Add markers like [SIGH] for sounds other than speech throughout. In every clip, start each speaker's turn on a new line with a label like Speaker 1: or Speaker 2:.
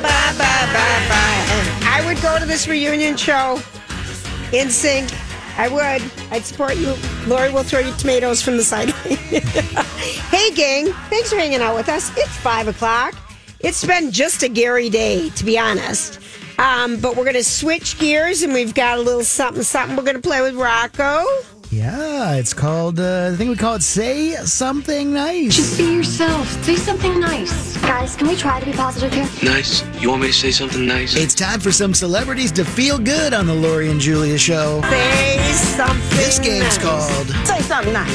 Speaker 1: bye, bye, bye, bye. And I would go to this reunion show in sync. I would. I'd support you. Lori will throw you tomatoes from the sideline. [LAUGHS] hey, gang. Thanks for hanging out with us. It's 5 o'clock. It's been just a Gary day, to be honest. Um, but we're going to switch gears and we've got a little something, something we're going to play with Rocco.
Speaker 2: Yeah, it's called, uh, I think we call it Say Something Nice.
Speaker 3: Just be yourself. Say something nice.
Speaker 4: Guys, can we try to be positive here?
Speaker 5: Nice. You want me to say something nice?
Speaker 2: It's time for some celebrities to feel good on the Lori and Julia show.
Speaker 1: Say something.
Speaker 2: This
Speaker 1: nice.
Speaker 2: game's called.
Speaker 6: Say something nice.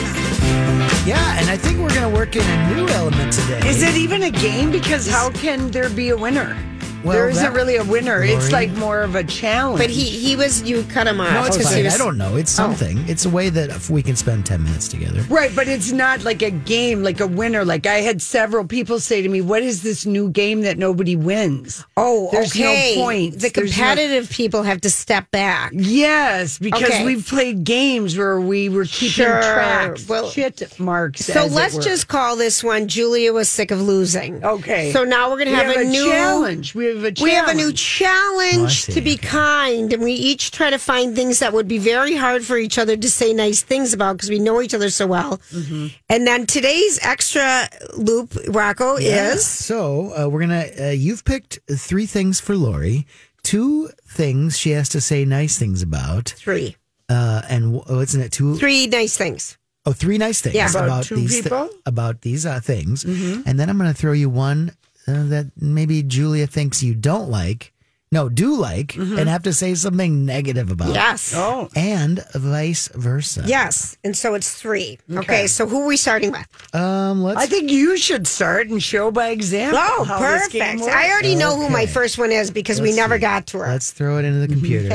Speaker 2: Yeah, and I think we're going to work in a new element today.
Speaker 6: Is it even a game? Because how can there be a winner?
Speaker 2: Well,
Speaker 6: there isn't
Speaker 2: that-
Speaker 6: really a winner. It's
Speaker 2: Lori?
Speaker 6: like more of a challenge.
Speaker 1: But he, he was, you cut him off.
Speaker 2: No, it's
Speaker 1: 'cause he
Speaker 2: fine.
Speaker 1: was-
Speaker 2: I don't know. It's something. It's a way that if we can spend 10 minutes together.
Speaker 6: Right, but it's not like a game, like a winner. Like I had several people say to me, "What is this new game that nobody wins?"
Speaker 1: Oh,
Speaker 6: There's no
Speaker 1: okay.
Speaker 6: points.
Speaker 1: The
Speaker 6: There's no-
Speaker 1: competitive people have to step back.
Speaker 6: Yes, because
Speaker 1: Okay.
Speaker 6: we've played games where we were keeping
Speaker 1: Sure.
Speaker 6: track,
Speaker 1: Well-
Speaker 6: shit marks.
Speaker 1: So
Speaker 6: as it
Speaker 1: let's
Speaker 6: were.
Speaker 1: just call this one Julia was sick of losing.
Speaker 6: Okay.
Speaker 1: So now we're going to
Speaker 6: We
Speaker 1: have, a, new
Speaker 6: challenge. We have a challenge.
Speaker 1: We have a new challenge
Speaker 2: Oh, I
Speaker 1: to be
Speaker 2: see.
Speaker 1: kind, and we each try to find things that would be very hard for each other to say nice things about because we know each other so well.
Speaker 6: Mm-hmm.
Speaker 1: And then today's extra loop, Rocco, is
Speaker 2: So uh, we're gonna. Uh, you've picked three things for Lori. Two things she has to say nice things about,
Speaker 1: three.
Speaker 2: uh, and w- oh, isn't it two?
Speaker 1: Three nice things.
Speaker 2: Oh, three nice things
Speaker 1: Yeah. About Mm-hmm.
Speaker 6: two
Speaker 2: these thi-
Speaker 6: people?
Speaker 2: about these uh, things, and then I'm gonna throw you one uh, that maybe Julia thinks you don't like. No, do like,
Speaker 1: Mm-hmm.
Speaker 2: and have to say something negative about.
Speaker 1: Yes.
Speaker 6: Oh,
Speaker 2: And vice versa.
Speaker 1: Yes. And so it's three. Okay. So who are we starting with?
Speaker 2: Um. Let's.
Speaker 6: I think you should start and show by example.
Speaker 1: Oh,
Speaker 6: how this
Speaker 1: perfect.
Speaker 6: game works.
Speaker 1: I already know who my
Speaker 2: Okay.
Speaker 1: first one is because we
Speaker 2: Let's
Speaker 1: never
Speaker 2: see.
Speaker 1: got to her. Mm-hmm.
Speaker 2: let's throw it into the computer.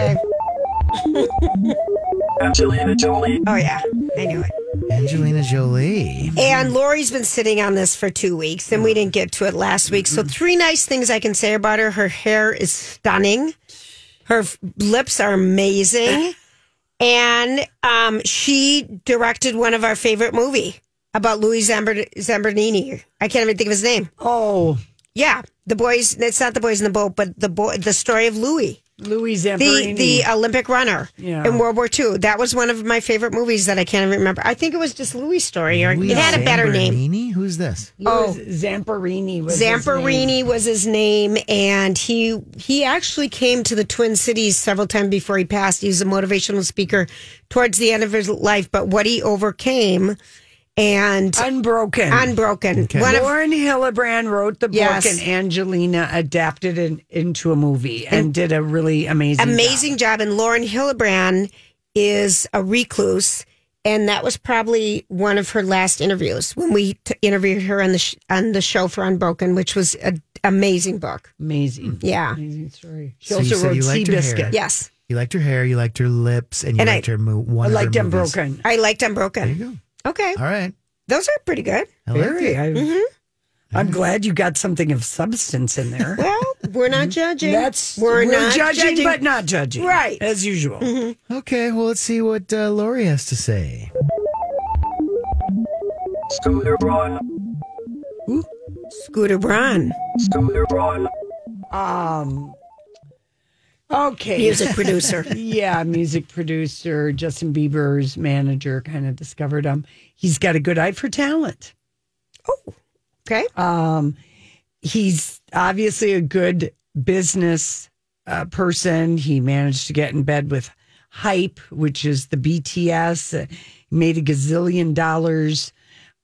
Speaker 5: Angelina Jolie.
Speaker 1: oh, yeah. I knew it.
Speaker 2: Angelina Jolie.
Speaker 1: And Lori's been sitting on this for two weeks, and we didn't get to it last week. So, three nice things I can say about her her hair is stunning, her f- lips are amazing, and um, she directed one of our favorite movie about Louis Zamber- Zambernini. I can't even think of his name.
Speaker 6: Oh,
Speaker 1: Yeah, the boys. It's not the boys in the boat, but the boy. The story of Louis
Speaker 6: Louis
Speaker 1: the
Speaker 6: Zamperini.
Speaker 1: the Olympic runner
Speaker 6: Yeah.
Speaker 1: in World War II. That was one of my favorite movies that I can't even remember. I think it was just Louis' story, or it had a better name.
Speaker 2: Zambernini? Who's this?
Speaker 6: Louis Zamperini was his name.
Speaker 1: oh. Zamperini was his name, and he he actually came to the Twin Cities several times before he passed. He was a motivational speaker towards the end of his life, but what he overcame and
Speaker 6: Unbroken.
Speaker 1: unbroken. One of
Speaker 6: Lauren Hillebrand wrote the book,
Speaker 1: Yes.
Speaker 6: and Angelina adapted it into a movie and, did a really amazing,
Speaker 1: amazing job. And Lauren Hillebrand is a recluse, and that was probably one of her last interviews when we t- interviewed her on the sh- on the show for Unbroken, which was an amazing book.
Speaker 6: job. amazing,
Speaker 1: Yeah.
Speaker 6: amazing story. She
Speaker 2: So you
Speaker 6: also
Speaker 2: said
Speaker 6: wrote
Speaker 2: you liked her hair.
Speaker 6: Seabiscuit.
Speaker 2: Yeah.
Speaker 1: Yes,
Speaker 2: You liked her hair, you liked her lips, and you
Speaker 1: And I-
Speaker 2: liked her mo- one
Speaker 6: I
Speaker 2: of her
Speaker 6: liked
Speaker 2: movies.
Speaker 6: Unbroken.
Speaker 1: I liked
Speaker 2: There
Speaker 1: Unbroken.
Speaker 2: you
Speaker 1: Okay,
Speaker 2: go. All right.
Speaker 1: those are pretty good.
Speaker 2: I liked
Speaker 6: Very.
Speaker 2: it.
Speaker 6: I, I'm glad you got something of substance in there.
Speaker 1: Well, Mm-hmm. we're not judging.
Speaker 6: That's
Speaker 1: we're, not
Speaker 6: judging,
Speaker 1: judging,
Speaker 6: but not judging,
Speaker 1: Right. Mm-hmm.
Speaker 6: As usual.
Speaker 2: Okay, well, let's see what uh, Lori has to say.
Speaker 5: Scooter Braun.
Speaker 1: Scooter Braun,
Speaker 5: Scooter Braun.
Speaker 6: Um. Okay.
Speaker 1: music producer.
Speaker 6: [LAUGHS] yeah, music producer, Justin Bieber's manager kind of discovered him. He's got a good eye for talent.
Speaker 1: Okay,
Speaker 6: Um, he's obviously a good business uh, person. He managed to get in bed with Hype, which is the BTS. Uh, He made a gazillion dollars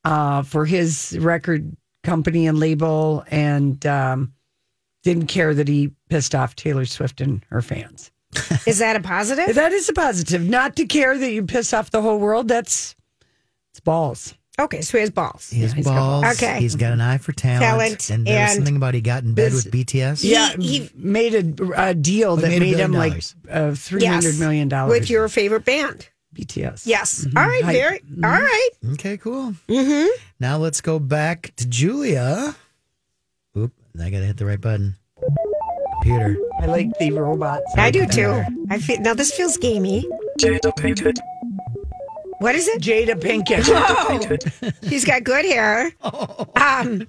Speaker 6: uh, for his record company and label, and um, didn't care that he pissed off Taylor Swift and her fans.
Speaker 1: is that a positive?
Speaker 6: That is a positive. Not to care that you piss off the whole world. That's it's balls.
Speaker 1: Okay, so he has balls.
Speaker 2: He has
Speaker 6: he's got
Speaker 2: balls.
Speaker 1: balls. Okay.
Speaker 2: He's got an eye for talent.
Speaker 1: Talent
Speaker 2: and there was
Speaker 1: and-
Speaker 2: something about he got in bed with BTS.
Speaker 1: Yeah, he-
Speaker 6: made a, a deal
Speaker 2: Well,
Speaker 6: that
Speaker 2: he
Speaker 6: made,
Speaker 2: made a
Speaker 6: him
Speaker 2: billion
Speaker 6: like
Speaker 2: dollars.
Speaker 6: uh, three hundred million dollars
Speaker 1: with your favorite band.
Speaker 6: BTS.
Speaker 1: Yes. All right.
Speaker 6: Hype.
Speaker 1: Very. All right.
Speaker 2: Okay, cool. Mm-hmm. Now let's go back to Julia. Oop, I got to hit the right button. Computer.
Speaker 6: I like the robots.
Speaker 1: I do too. I feel now. This feels gamey.
Speaker 5: Jada Pinkett.
Speaker 1: What is it? [LAUGHS] Oh,
Speaker 6: Jada Pinkett.
Speaker 1: She's got good hair. Um,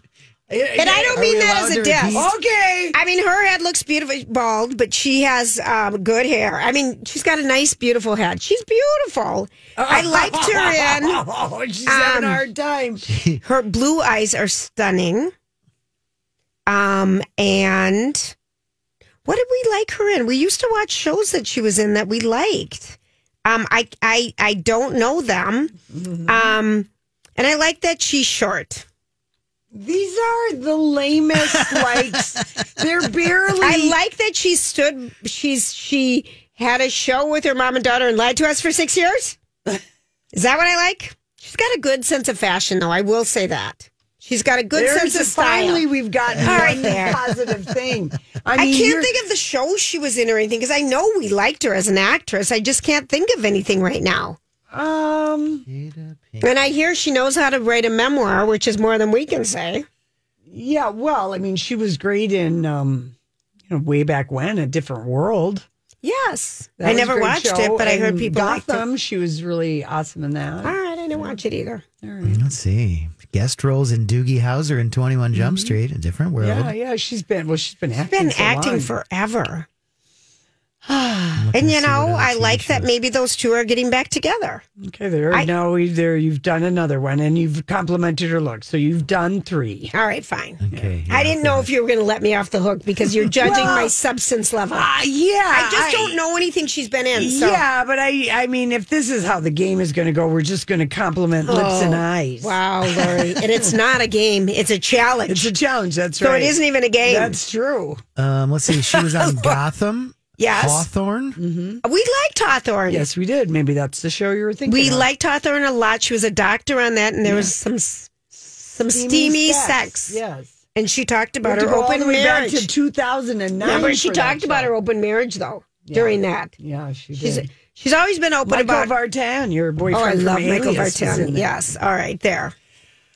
Speaker 1: And I don't mean that as a diss.
Speaker 6: Okay.
Speaker 1: I mean, her head looks beautiful, bald, but she has um, good hair. I mean, she's got a nice, beautiful head. She's beautiful. I liked her
Speaker 6: Oh, [LAUGHS] she's having a
Speaker 1: Um,
Speaker 6: hard time.
Speaker 1: in. Her blue eyes are stunning. Um, and what did we like her in? We used to watch shows that she was in that we liked. Um, I, I, I don't know them. Um, and I like that she's short.
Speaker 6: These are
Speaker 1: [LAUGHS]
Speaker 6: the lamest likes. They're barely.
Speaker 1: I like that she stood. She's she had a show with her mom and daughter and lied to us for six
Speaker 6: [LAUGHS]
Speaker 1: years. Is that what I like? She's got a good sense of fashion, though. I will say that she's got a good
Speaker 6: There's
Speaker 1: sense
Speaker 6: a,
Speaker 1: of style.
Speaker 6: finally we've gotten
Speaker 1: All right
Speaker 6: one
Speaker 1: there.
Speaker 6: positive thing.
Speaker 1: I,
Speaker 6: mean,
Speaker 1: can't
Speaker 6: you're-
Speaker 1: think of the show she was in or anything because I know we liked her as an actress. I just can't think of anything right now.
Speaker 6: Um.
Speaker 1: And I hear she knows how to write a memoir, which is more than we can say.
Speaker 6: Yeah. Well, I mean, she was great in, um, you know, way back when, A Different World.
Speaker 1: Yes,
Speaker 6: That
Speaker 1: I
Speaker 6: was a
Speaker 1: never
Speaker 6: great
Speaker 1: watched
Speaker 6: show.
Speaker 1: it, but I heard
Speaker 6: And
Speaker 1: people liked it. All
Speaker 6: Gotham. She was really awesome in that.
Speaker 1: right, I didn't watch it either.
Speaker 2: Let's see. Guest roles in Doogie Howser and 21 Jump
Speaker 1: Mm-hmm.
Speaker 2: Street, a different world.
Speaker 6: Yeah, yeah, she's been well. She's been acting.
Speaker 1: been
Speaker 6: so
Speaker 1: acting
Speaker 6: long.
Speaker 1: forever.
Speaker 2: I'm looking
Speaker 1: And
Speaker 2: to
Speaker 1: you
Speaker 2: see what
Speaker 1: know,
Speaker 2: other
Speaker 1: I
Speaker 2: TV
Speaker 1: like that
Speaker 2: shows.
Speaker 1: maybe those two are getting back together.
Speaker 6: Okay, there.
Speaker 1: I-
Speaker 6: now we there. You've done another one, and you've complimented her look. So you've done three.
Speaker 1: All right, fine.
Speaker 2: Okay.
Speaker 1: I didn't know if you were going to let me off the hook because
Speaker 6: [LAUGHS]
Speaker 1: you're judging my substance level.
Speaker 6: Ah, yeah.
Speaker 1: I just don't know anything she's been in. So.
Speaker 6: Yeah, but I I mean, if this is how the game is going to go, we're just going to compliment lips and eyes.
Speaker 1: Wow, Lori. and
Speaker 6: [LAUGHS]
Speaker 1: it's not a game, it's a challenge.
Speaker 6: It's a challenge. That's
Speaker 1: so
Speaker 6: right.
Speaker 1: it isn't even a game.
Speaker 6: That's true.
Speaker 2: Um, let's see. She was
Speaker 1: [LAUGHS]
Speaker 2: on Gotham.
Speaker 1: Yes.
Speaker 2: Hawthorne.
Speaker 1: Mm-hmm. we liked Hawthorne.
Speaker 6: Yes, we did. Maybe that's the show you were thinking.
Speaker 1: We
Speaker 6: of.
Speaker 1: liked Hawthorne a lot. She was a doctor on that, and there was some s- some steamy sex.
Speaker 6: Yes.
Speaker 1: And she talked
Speaker 6: We
Speaker 1: about
Speaker 6: have to
Speaker 1: her
Speaker 6: go all
Speaker 1: open
Speaker 6: the way back
Speaker 1: marriage.
Speaker 6: to 2009.
Speaker 1: Remember, she
Speaker 6: for that
Speaker 1: talked about
Speaker 6: show.
Speaker 1: her open marriage, though, during that.
Speaker 6: Yeah, she
Speaker 1: She's
Speaker 6: did.
Speaker 1: she's always been open
Speaker 6: Michael
Speaker 1: about.
Speaker 6: Vartan, your boyfriend.
Speaker 1: oh, I
Speaker 6: from
Speaker 1: love Michael
Speaker 6: Alias was in
Speaker 1: Vartan.
Speaker 6: there.
Speaker 1: Yes. All right, there.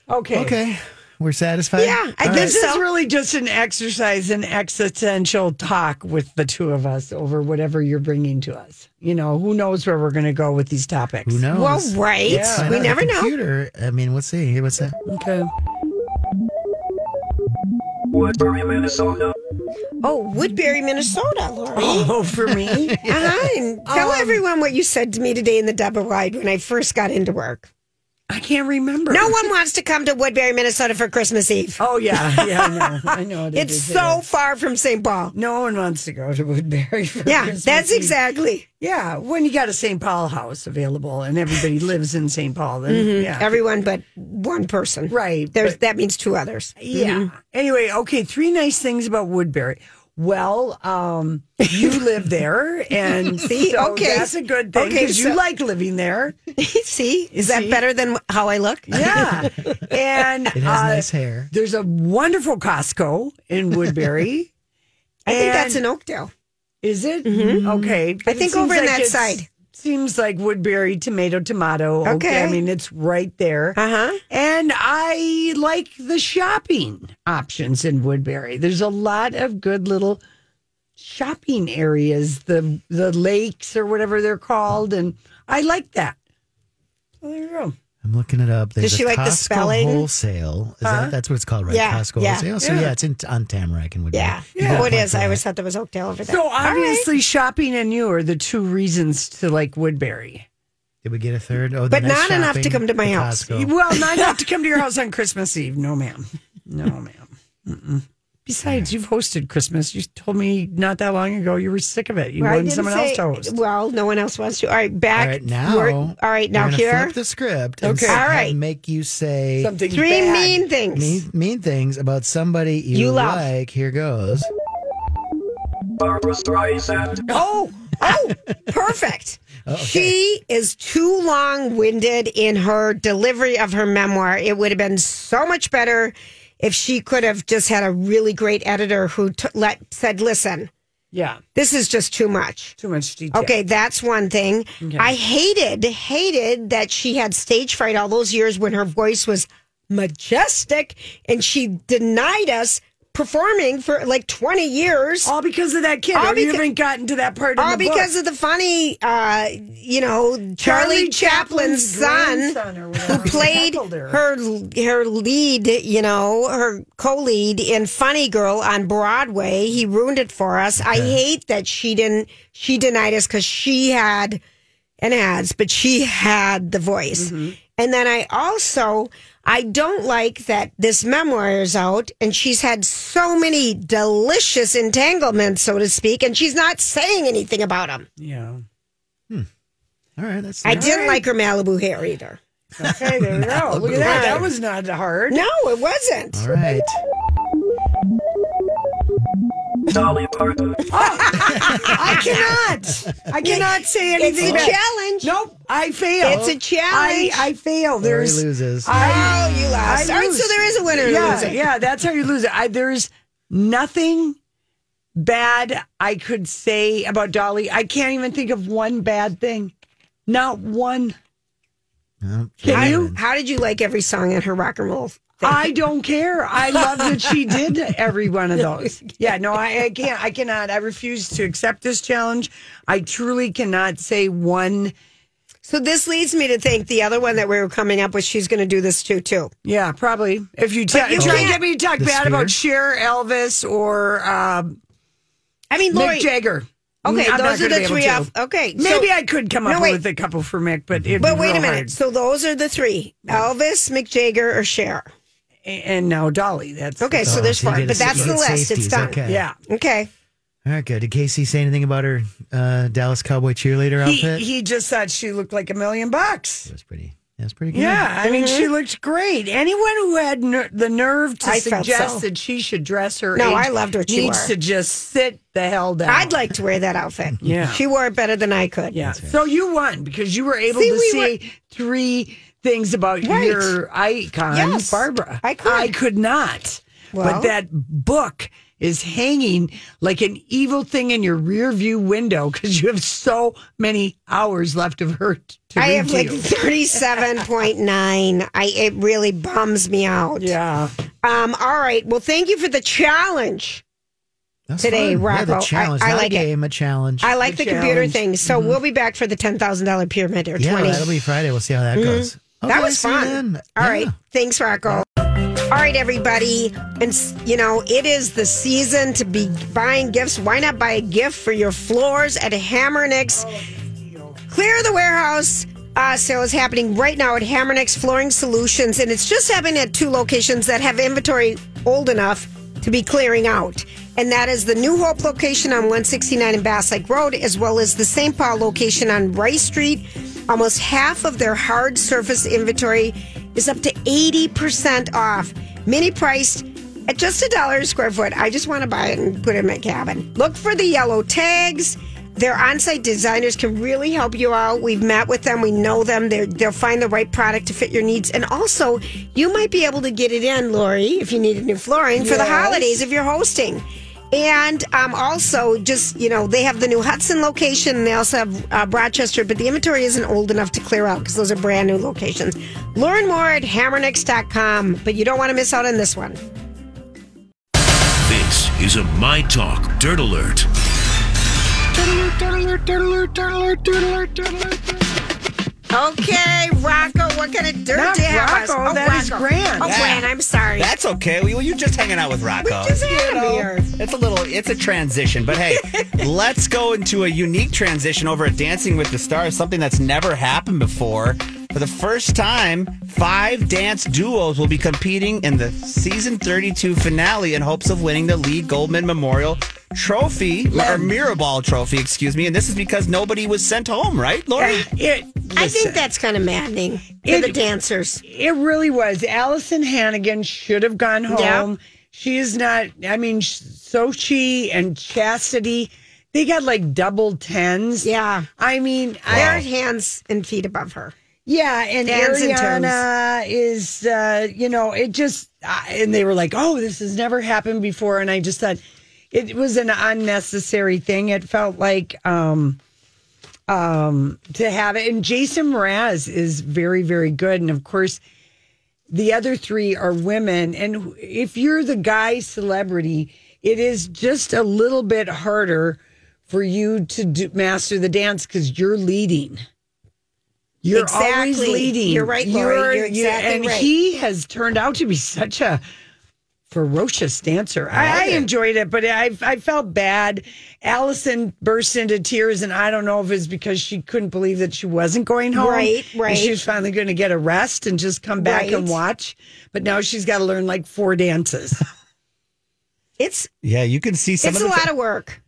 Speaker 6: Okay.
Speaker 2: Okay. We're satisfied?
Speaker 1: Yeah, I
Speaker 2: All
Speaker 1: think
Speaker 2: right.
Speaker 6: This is
Speaker 1: So-
Speaker 6: really just an exercise in existential talk with the two of us over whatever you're bringing to us. You know, who knows where we're going to go with these topics?
Speaker 2: Who knows?
Speaker 1: Well, right.
Speaker 6: Yeah.
Speaker 2: Find
Speaker 1: We
Speaker 2: out on the
Speaker 1: never know.
Speaker 2: Computer. I mean, let's see. Here, what's that?
Speaker 6: Okay.
Speaker 5: Woodbury, Minnesota.
Speaker 1: Oh, Woodbury, Minnesota, Lori.
Speaker 6: Oh, Um, for me?
Speaker 1: Uh-huh.
Speaker 6: [LAUGHS]
Speaker 1: And tell everyone what you said to me today in the double ride when I first got into work.
Speaker 6: I can't remember.
Speaker 1: No
Speaker 6: [LAUGHS]
Speaker 1: one wants to come to Woodbury, Minnesota for Christmas Eve.
Speaker 6: Oh, yeah. Yeah, I know. I know. what it
Speaker 1: it's
Speaker 6: is. It
Speaker 1: so
Speaker 6: is.
Speaker 1: far from St. Paul.
Speaker 6: No one wants to go to Woodbury for
Speaker 1: Yeah,
Speaker 6: Christmas
Speaker 1: that's
Speaker 6: Eve.
Speaker 1: exactly.
Speaker 6: Yeah, when you got a St. Paul house available and everybody lives in St. Paul, then
Speaker 1: Mm-hmm.
Speaker 6: yeah.
Speaker 1: Everyone but one person.
Speaker 6: Right,
Speaker 1: There's
Speaker 6: but-
Speaker 1: that means two others.
Speaker 6: Yeah.
Speaker 1: Mm-hmm.
Speaker 6: Anyway, okay, three nice things about Woodbury. Well, um, you live there,
Speaker 1: [LAUGHS]
Speaker 6: and
Speaker 1: See,
Speaker 6: so
Speaker 1: okay.
Speaker 6: that's a good thing
Speaker 1: Okay,
Speaker 6: because you
Speaker 1: so-
Speaker 6: like living there.
Speaker 1: Mm-hmm. [LAUGHS] See? Is that better than how I look? [LAUGHS]
Speaker 6: Yeah, and
Speaker 2: It has
Speaker 6: uh,
Speaker 2: nice hair.
Speaker 6: there's a wonderful Costco in Woodbury.
Speaker 1: [LAUGHS] I think
Speaker 6: And-
Speaker 1: that's in Oakdale.
Speaker 6: Is it okay? but it
Speaker 1: think
Speaker 6: seems
Speaker 1: over on that
Speaker 6: it's-
Speaker 1: side.
Speaker 6: Seems like Woodbury, tomato, tomato. Okay, I
Speaker 1: Okay.
Speaker 6: mean it's right there.
Speaker 1: Uh-huh.
Speaker 6: And I like the shopping options in Woodbury. There's a lot of good little shopping areas, the the lakes or whatever they're called, and I like that. Well, there you go.
Speaker 2: I'm looking it up. There's
Speaker 1: Does she
Speaker 2: a
Speaker 1: like the
Speaker 2: Costco
Speaker 1: spelling? Uh-huh.
Speaker 2: Wholesale. Is that, that's what it's called, right?
Speaker 1: Yeah,
Speaker 2: Costco
Speaker 1: yeah.
Speaker 2: Wholesale. So yeah, it's in, on Tamarack and Woodbury.
Speaker 1: Yeah.
Speaker 2: You got a
Speaker 1: Oh, it
Speaker 2: point
Speaker 1: is.
Speaker 2: for
Speaker 1: I
Speaker 2: that.
Speaker 1: always thought there was Oakdale over there.
Speaker 6: So
Speaker 1: All right.
Speaker 6: obviously, shopping and you are the two reasons to like Woodbury.
Speaker 2: Did we get a third? Oh, the
Speaker 1: But
Speaker 2: nice
Speaker 1: not enough to
Speaker 2: shopping,
Speaker 1: come to my
Speaker 2: the
Speaker 1: house.
Speaker 2: Costco.
Speaker 6: Well, not enough to come to your house on Christmas Eve. No, ma'am. No, ma'am. Mm-mm. Besides, you've hosted Christmas. You told me not that long ago you were sick of it. You
Speaker 1: Well, I
Speaker 6: wanted
Speaker 1: didn't
Speaker 6: someone
Speaker 1: say-
Speaker 6: else to host.
Speaker 1: Well, no one else wants to. All right, back.
Speaker 2: All right, now.
Speaker 1: We're- all right, now
Speaker 2: we're gonna
Speaker 1: here.
Speaker 2: Flip the script. Okay.
Speaker 6: Okay.
Speaker 1: All
Speaker 2: All right.
Speaker 1: right.
Speaker 2: Make you say
Speaker 6: something
Speaker 1: Three
Speaker 6: bad.
Speaker 1: mean things.
Speaker 2: mean, mean things about somebody you,
Speaker 1: You love.
Speaker 2: like. Here goes.
Speaker 5: Barbara Streisand.
Speaker 1: Oh, oh,
Speaker 2: [LAUGHS]
Speaker 1: perfect.
Speaker 2: Oh,
Speaker 1: She is too long winded in her delivery of her memoir. It would have been so much better if she could have just had a really great editor who t- let, said, listen,
Speaker 6: Yeah,
Speaker 1: this is just too much.
Speaker 6: too much detail.
Speaker 1: Okay, that's one thing. I hated, hated that she had stage fright all those years when her voice was majestic and she denied us performing for like 20 years.
Speaker 6: All because of that kid.
Speaker 1: All
Speaker 6: Or you
Speaker 1: beca-
Speaker 6: haven't gotten to that part. in
Speaker 1: all
Speaker 6: the book.
Speaker 1: because of the funny, uh, you know, Charlie, Chaplin's, son
Speaker 6: grandson or
Speaker 1: who
Speaker 6: whatever
Speaker 1: played
Speaker 6: tackled her.
Speaker 1: her her lead, you know, her co-lead in Funny Girl on Broadway. He ruined it for us. I hate that she didn't. She denied us because she had and ads, but she had the voice.
Speaker 6: Mm-hmm.
Speaker 1: And then I also I don't like that this memoir is out and she's had so many delicious entanglements, so to speak, and she's not saying anything about them.
Speaker 6: Yeah.
Speaker 2: All right, that's
Speaker 1: I didn't like her Malibu hair either.
Speaker 6: Okay, there we go. Look at that. That was not hard.
Speaker 1: No, it wasn't.
Speaker 2: all right.
Speaker 5: Dolly Parton.
Speaker 6: Oh. I cannot. I cannot say
Speaker 1: It's
Speaker 6: anything.
Speaker 1: a
Speaker 6: bad.
Speaker 1: challenge.
Speaker 6: Nope, I fail.
Speaker 1: It's a challenge.
Speaker 6: I, I fail.
Speaker 2: Lori
Speaker 6: There's
Speaker 2: loses.
Speaker 6: I,
Speaker 1: Oh, you lost. All right, so there is a winner and a
Speaker 6: Yeah,
Speaker 1: loser.
Speaker 6: yeah, that's how you lose it. I, there's nothing bad I could say about Dolly. I can't even think of one bad thing. Not one.
Speaker 2: Oh,
Speaker 6: Can you?
Speaker 1: How did you like every song in her rock and roll?
Speaker 6: I don't care. I love that she did every
Speaker 1: [LAUGHS]
Speaker 6: one of those. Yeah, no, I, I can't. I cannot. I refuse to accept this challenge. I truly cannot say one.
Speaker 1: So this leads me to think the other one that we were coming up with, she's going to do this too, too.
Speaker 6: Yeah, probably. If you, ta-
Speaker 1: you
Speaker 6: try to
Speaker 1: can't-
Speaker 6: get me to talk
Speaker 2: The
Speaker 6: bad about Cher, Elvis, or um
Speaker 1: I mean, Lori,
Speaker 6: Mick Jagger.
Speaker 1: Okay,
Speaker 6: I'm not
Speaker 1: those are the
Speaker 6: gonna be able
Speaker 1: three
Speaker 6: to.
Speaker 1: off- okay, so-
Speaker 6: maybe I could come
Speaker 1: No,
Speaker 6: up
Speaker 1: wait.
Speaker 6: with a couple for Mick, but it'd
Speaker 1: But
Speaker 6: be
Speaker 1: wait a
Speaker 6: real
Speaker 1: minute.
Speaker 6: hard.
Speaker 1: So those are the three: Elvis, Mick Jagger, or Cher.
Speaker 6: A- and now Dolly. That's
Speaker 1: Okay, so there's
Speaker 2: you
Speaker 1: four.
Speaker 2: get
Speaker 1: But
Speaker 2: a-
Speaker 1: that's
Speaker 2: you
Speaker 1: the list.
Speaker 2: get
Speaker 1: It's
Speaker 2: safeties,
Speaker 1: done.
Speaker 2: okay.
Speaker 6: yeah.
Speaker 1: Okay.
Speaker 2: All right, good. Did Casey say anything about her uh, Dallas Cowboy cheerleader
Speaker 6: He
Speaker 2: outfit?
Speaker 6: he just thought she looked like a million bucks.
Speaker 2: That was pretty. That was pretty good.
Speaker 6: Yeah, I mean, she looked great. Anyone who had ner- the nerve to
Speaker 1: Mm-hmm. I felt
Speaker 6: suggest
Speaker 1: so.
Speaker 6: that she should dress her
Speaker 1: No,
Speaker 6: age
Speaker 1: I loved what she
Speaker 6: needs
Speaker 1: wore.
Speaker 6: to just sit the hell down.
Speaker 1: I'd like to wear that outfit.
Speaker 6: Yeah.
Speaker 1: She wore it better than I could.
Speaker 6: Yeah. So you won because you were able
Speaker 1: See,
Speaker 6: to
Speaker 1: we
Speaker 6: see three things about
Speaker 1: Right.
Speaker 6: your icon,
Speaker 1: Yes,
Speaker 6: Barbara.
Speaker 1: I could.
Speaker 6: I could not.
Speaker 1: Well.
Speaker 6: But that book is hanging like an evil thing in your rear view window because you have so many hours left of her t- to
Speaker 1: I
Speaker 6: read
Speaker 1: have
Speaker 6: to
Speaker 1: like [LAUGHS]
Speaker 6: you.
Speaker 1: thirty-seven point nine. I it really bums me out.
Speaker 6: Yeah.
Speaker 1: Um. All right. Well, thank you for the challenge.
Speaker 2: That's
Speaker 1: Today,
Speaker 2: fun. Yeah, the
Speaker 1: Rocco,
Speaker 2: challenge.
Speaker 1: I- I
Speaker 2: not
Speaker 1: like
Speaker 2: a
Speaker 1: it.
Speaker 2: game, a challenge. Mm-hmm.
Speaker 1: I like the,
Speaker 6: The
Speaker 1: computer
Speaker 6: challenge.
Speaker 1: thing. So we'll be back for the ten thousand dollar pyramid or
Speaker 2: yeah,
Speaker 1: twenty. Mm-hmm.
Speaker 2: that'll be Friday. We'll see how that goes.
Speaker 1: that
Speaker 2: Okay,
Speaker 1: was
Speaker 2: see you
Speaker 1: fun.
Speaker 2: then.
Speaker 1: All right,
Speaker 2: Yeah.
Speaker 1: Thanks, Rocco. All right, everybody. And, s- you know, it is the season to be buying gifts. Why not buy a gift for your floors at Hammernix? Clear the warehouse. Uh, sale is happening right now at Hammernix Flooring Solutions, and it's just happening at two locations that have inventory old enough to be clearing out. And that is the New Hope location on 169 and Bass Lake Road, as well as the St. Paul location on Rice Street. Almost half of their hard surface inventory is up to 80% off. Mini priced at just a dollar a square foot. I just want to buy it and put it in my cabin. Look for the yellow tags. Their on-site designers can really help you out. We've met with them. We know them. They're, they'll find the right product to fit your needs. And also, you might be able to get it in, Lori, if you need a new flooring for the holidays if you're hosting. And um, also, just you know, they have the new Hudson location. And they also have uh, Rochester, but the inventory isn't old enough to clear out because those are brand new locations. Learn more at hammernix.com. But you don't want to miss out on this one.
Speaker 7: This is a My Talk Dirt Alert.
Speaker 1: Okay, Rocco, what kind of dirt
Speaker 6: Not
Speaker 1: do you have?
Speaker 6: Rocco, that is Gran.
Speaker 1: Oh,
Speaker 8: Yeah.
Speaker 1: Gran, I'm sorry.
Speaker 8: That's okay. We, well, you're just hanging out with Rocco.
Speaker 1: just had him
Speaker 8: You know,
Speaker 1: here.
Speaker 8: It's a little, it's a transition. But
Speaker 1: [LAUGHS]
Speaker 8: hey, let's go into a unique transition over at Dancing with the Stars, something that's never happened before. For the first time, five dance duos will be competing in the season 32 finale in hopes of winning the Lee Goldman Memorial Trophy, or Mirrorball Trophy, excuse me. And this is because nobody was sent home, right, Lori?
Speaker 6: It,
Speaker 1: I
Speaker 6: listen.
Speaker 1: think that's kind of maddening for the dancers.
Speaker 6: It really was. Allison Hannigan should have gone
Speaker 1: Yeah.
Speaker 6: home. She is not, I mean, sh- Sochi and Chastity, they got like double tens.
Speaker 1: Yeah.
Speaker 6: I mean,
Speaker 1: Their
Speaker 6: I,
Speaker 1: hands and feet above her.
Speaker 6: yeah, and
Speaker 1: Hands and
Speaker 6: Ariana is, uh, you know, it just, I and they were like, oh, this has never happened before. And I just thought it was an unnecessary thing. It felt like, um, um, to have it. And Jason Mraz is very, very good. And of course, The other three are women. And if you're the guy celebrity, it is just a little bit harder for you to do, master the dance because you're leading. You're always
Speaker 1: Exactly.
Speaker 6: leading.
Speaker 1: You're right, Lori. You're
Speaker 6: you-
Speaker 1: exactly
Speaker 6: and
Speaker 1: right.
Speaker 6: he has turned out to be such a ferocious dancer. I, I enjoyed it, but I I felt bad. Allison burst into tears, and I don't know if it's because she couldn't believe that she wasn't going home.
Speaker 1: Right,
Speaker 6: and
Speaker 1: right.
Speaker 6: She was finally going to get a rest and just come back and
Speaker 1: Right.
Speaker 6: watch. But now she's got to learn like
Speaker 1: [LAUGHS]
Speaker 6: four dances.
Speaker 1: It's
Speaker 8: Yeah, you can see some
Speaker 1: it's
Speaker 8: of
Speaker 1: a
Speaker 8: the
Speaker 1: lot of work.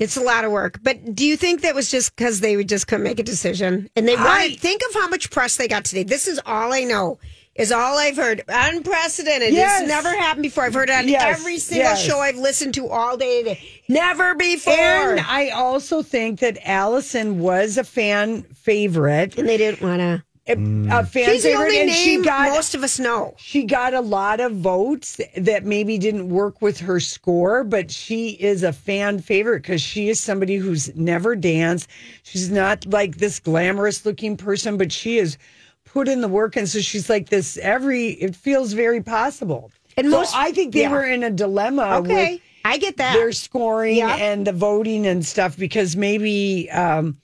Speaker 1: It's a lot of work. But do you think that was just because they would just couldn't make a decision? And they
Speaker 6: I-
Speaker 1: wanted, think of how much press they got today. This is all I know. Is all I've heard. Unprecedented.
Speaker 6: Yes.
Speaker 1: It's never happened before. I've heard it on
Speaker 6: Yes,
Speaker 1: every single
Speaker 6: yes.
Speaker 1: show I've listened to all day today. Never before.
Speaker 6: And I also think that Allison was a fan favorite,
Speaker 1: And they didn't want to.
Speaker 6: a, a fan
Speaker 1: Mm. She's the
Speaker 6: favorite,
Speaker 1: only
Speaker 6: and she
Speaker 1: name
Speaker 6: got
Speaker 1: most of us know.
Speaker 6: she got a lot of votes that maybe didn't work with her score, but she is a fan favorite because she is somebody who's never danced. She's not like this glamorous looking person, but she is put in the work. And so she's like this every, it feels very possible.
Speaker 1: And
Speaker 6: And so
Speaker 1: most-
Speaker 6: I think they
Speaker 1: yeah.
Speaker 6: were in a dilemma.
Speaker 1: Okay.
Speaker 6: With,
Speaker 1: I get that.
Speaker 6: their scoring
Speaker 1: Yeah.
Speaker 6: and the voting and stuff because maybe um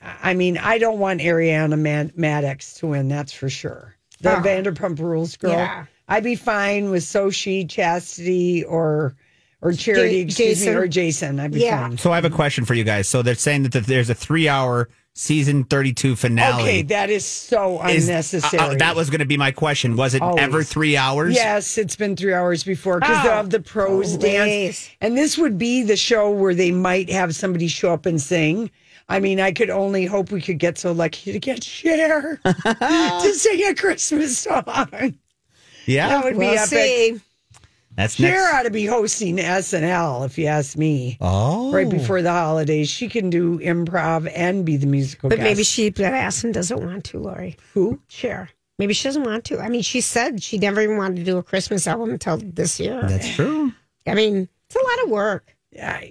Speaker 6: I mean I don't want Ariana Mad- Maddox to win that's for sure the
Speaker 1: Oh.
Speaker 6: Vanderpump Rules girl
Speaker 1: Yeah.
Speaker 6: I'd be fine with Sochi Chastity or or Charity
Speaker 1: Ja-
Speaker 6: excuse
Speaker 1: Jason.
Speaker 6: me or Jason I'd be
Speaker 1: Yeah.
Speaker 6: fine
Speaker 8: So I have a question for you guys. So they're saying that there's a three-hour season 32 finale.
Speaker 6: okay that is so
Speaker 8: Is-
Speaker 6: unnecessary
Speaker 8: uh, uh, that was going to be my question. Was it
Speaker 6: Always.
Speaker 8: ever three hours?
Speaker 6: Yes, it's been three hours before because
Speaker 1: Oh.
Speaker 6: of the pros
Speaker 1: Always.
Speaker 6: dance. And this would be the show where they might have somebody show up and sing. I mean, I could only hope we could get so lucky to get
Speaker 1: [LAUGHS]
Speaker 6: Cher to sing a Christmas song.
Speaker 8: Yeah.
Speaker 6: That would
Speaker 1: We'll
Speaker 6: be epic.
Speaker 1: see.
Speaker 8: That's
Speaker 6: Cher
Speaker 8: next.
Speaker 6: ought to be hosting SNL, if you ask me.
Speaker 8: Oh.
Speaker 6: Right before the holidays, she can do improv and be the musical.
Speaker 1: But
Speaker 6: guest.
Speaker 1: maybe she that Assen doesn't want to, Lori.
Speaker 6: Who?
Speaker 1: Sure. Maybe she doesn't want to. I mean, she said she never even wanted to do a Christmas album until this year.
Speaker 8: That's true.
Speaker 1: I mean, it's a lot of work.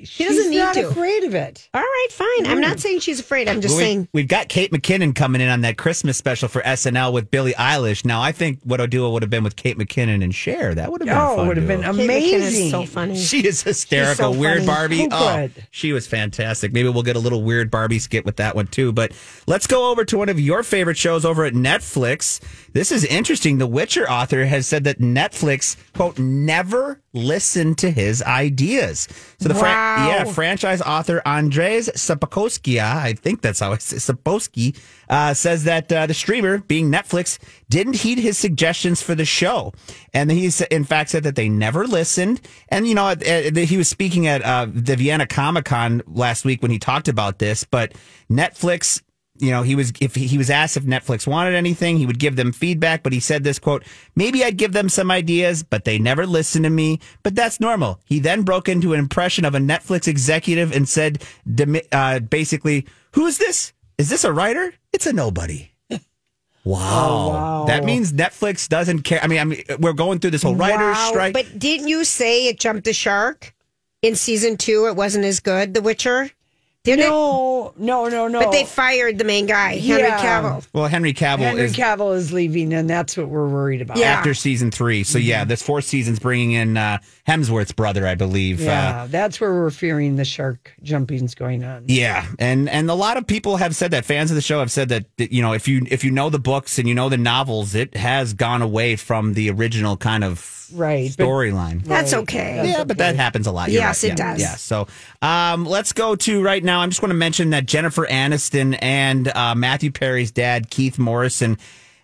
Speaker 6: she
Speaker 1: doesn't need
Speaker 6: not
Speaker 1: to.
Speaker 6: afraid of it.
Speaker 1: All right, fine. I'm not saying she's afraid. I'm just
Speaker 8: Well, we-
Speaker 1: saying
Speaker 8: We've got Kate McKinnon coming in on that Christmas special for SNL with Billie Eilish. Now, I think what Odua would have been with Kate McKinnon and Cher. That would have been
Speaker 6: Oh,
Speaker 8: fun
Speaker 6: it would have
Speaker 8: duo.
Speaker 6: been
Speaker 1: Kate McKinnon is
Speaker 6: amazing.
Speaker 1: so funny.
Speaker 8: She is hysterical.
Speaker 1: She's so
Speaker 8: weird
Speaker 1: funny.
Speaker 8: Barbie.
Speaker 6: So
Speaker 8: oh,
Speaker 6: good.
Speaker 8: she was fantastic. Maybe we'll get a little weird Barbie skit with that one too. But let's go over to one of your favorite shows over at Netflix. This is interesting. The Witcher author has said that Netflix, quote, never listened to his ideas. So the fran-
Speaker 1: Wow.
Speaker 8: yeah, franchise author Andres Sapkowski, I think that's how it's [LAUGHS] Sapkowski, uh, says that uh, the streamer, being Netflix, didn't heed his suggestions for the show, and he's in fact said that they never listened. And you know, at- at- he was speaking at uh, the Vienna Comic Con last week when he talked about this, but Netflix you know, he was if he he was asked if Netflix wanted anything, he would give them feedback, but he said this quote, "Maybe I'd give them some ideas, but they never listened to me, but that's normal." He then broke into an impression of a Netflix executive and said demi- uh, basically, "Who is this? Is this a writer? It's a nobody." Wow. That means Netflix doesn't care. I mean, I mean we're going through this whole writer's
Speaker 1: wow.
Speaker 8: strike.
Speaker 1: But didn't you say it jumped the shark in season two? It wasn't as good, The Witcher? Didn't it?
Speaker 6: No, no, no, no.
Speaker 1: But they fired the main guy, Henry
Speaker 6: Yeah.
Speaker 1: Cavill.
Speaker 8: well, Henry Cavill
Speaker 6: Henry
Speaker 8: is
Speaker 6: Cavill is leaving, and that's what we're worried about.
Speaker 1: Yeah.
Speaker 8: after season 3. So yeah, this fourth season's bringing in uh, Hemsworth's brother, I believe. Uh,
Speaker 6: Yeah, that's where we're fearing the shark jumping's going on.
Speaker 8: Yeah, and and a lot of people have said that fans of the show have said that, that, you know if you if you know the books and you know the novels, it has gone away from the original kind of
Speaker 6: Right, but-
Speaker 8: storyline.
Speaker 1: That's
Speaker 6: Right.
Speaker 1: okay.
Speaker 8: Yeah, but that happens a lot. You're
Speaker 1: Yes,
Speaker 8: right.
Speaker 1: it
Speaker 8: yeah,
Speaker 1: does.
Speaker 8: Yeah. So um, let's go to right now. I'm just going to mention that Jennifer Aniston and uh, Matthew Perry's dad, Keith Morrison.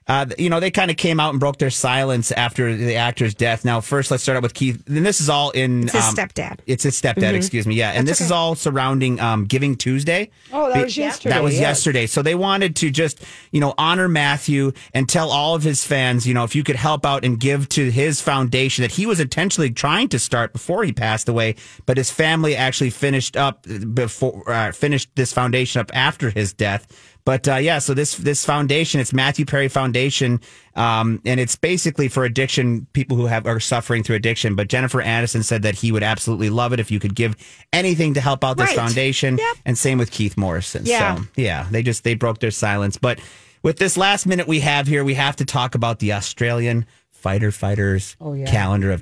Speaker 8: Uh, you know, they kind of came out and broke their silence after the actor's death. Now, first, let's start out with Keith. And this is all in um,
Speaker 1: It's his stepdad.
Speaker 8: It's his stepdad,
Speaker 6: Mm-hmm.
Speaker 8: excuse me. Yeah. And this is all surrounding um, Giving Tuesday.
Speaker 6: Oh, that
Speaker 8: Be-
Speaker 6: was yesterday,
Speaker 8: That was
Speaker 6: yes.
Speaker 8: yesterday. So they wanted to just, you know, honor Matthew and tell all of his fans, you know, if you could help out and give to his foundation that he was intentionally trying to start before he passed away, but his family actually finished up before uh, finished this foundation up after his death. But uh, yeah, so this this foundation, it's Matthew Perry Foundation, um, and it's basically for addiction people who have are suffering through addiction. But Jennifer Aniston said that he would absolutely love it if you could give anything to help out this
Speaker 1: Right.
Speaker 8: foundation. And same with Keith Morrison.
Speaker 1: Yeah.
Speaker 8: So yeah, they just they broke their silence. But with this last minute we have here, we have to talk about the Australian fighter fighters calendar of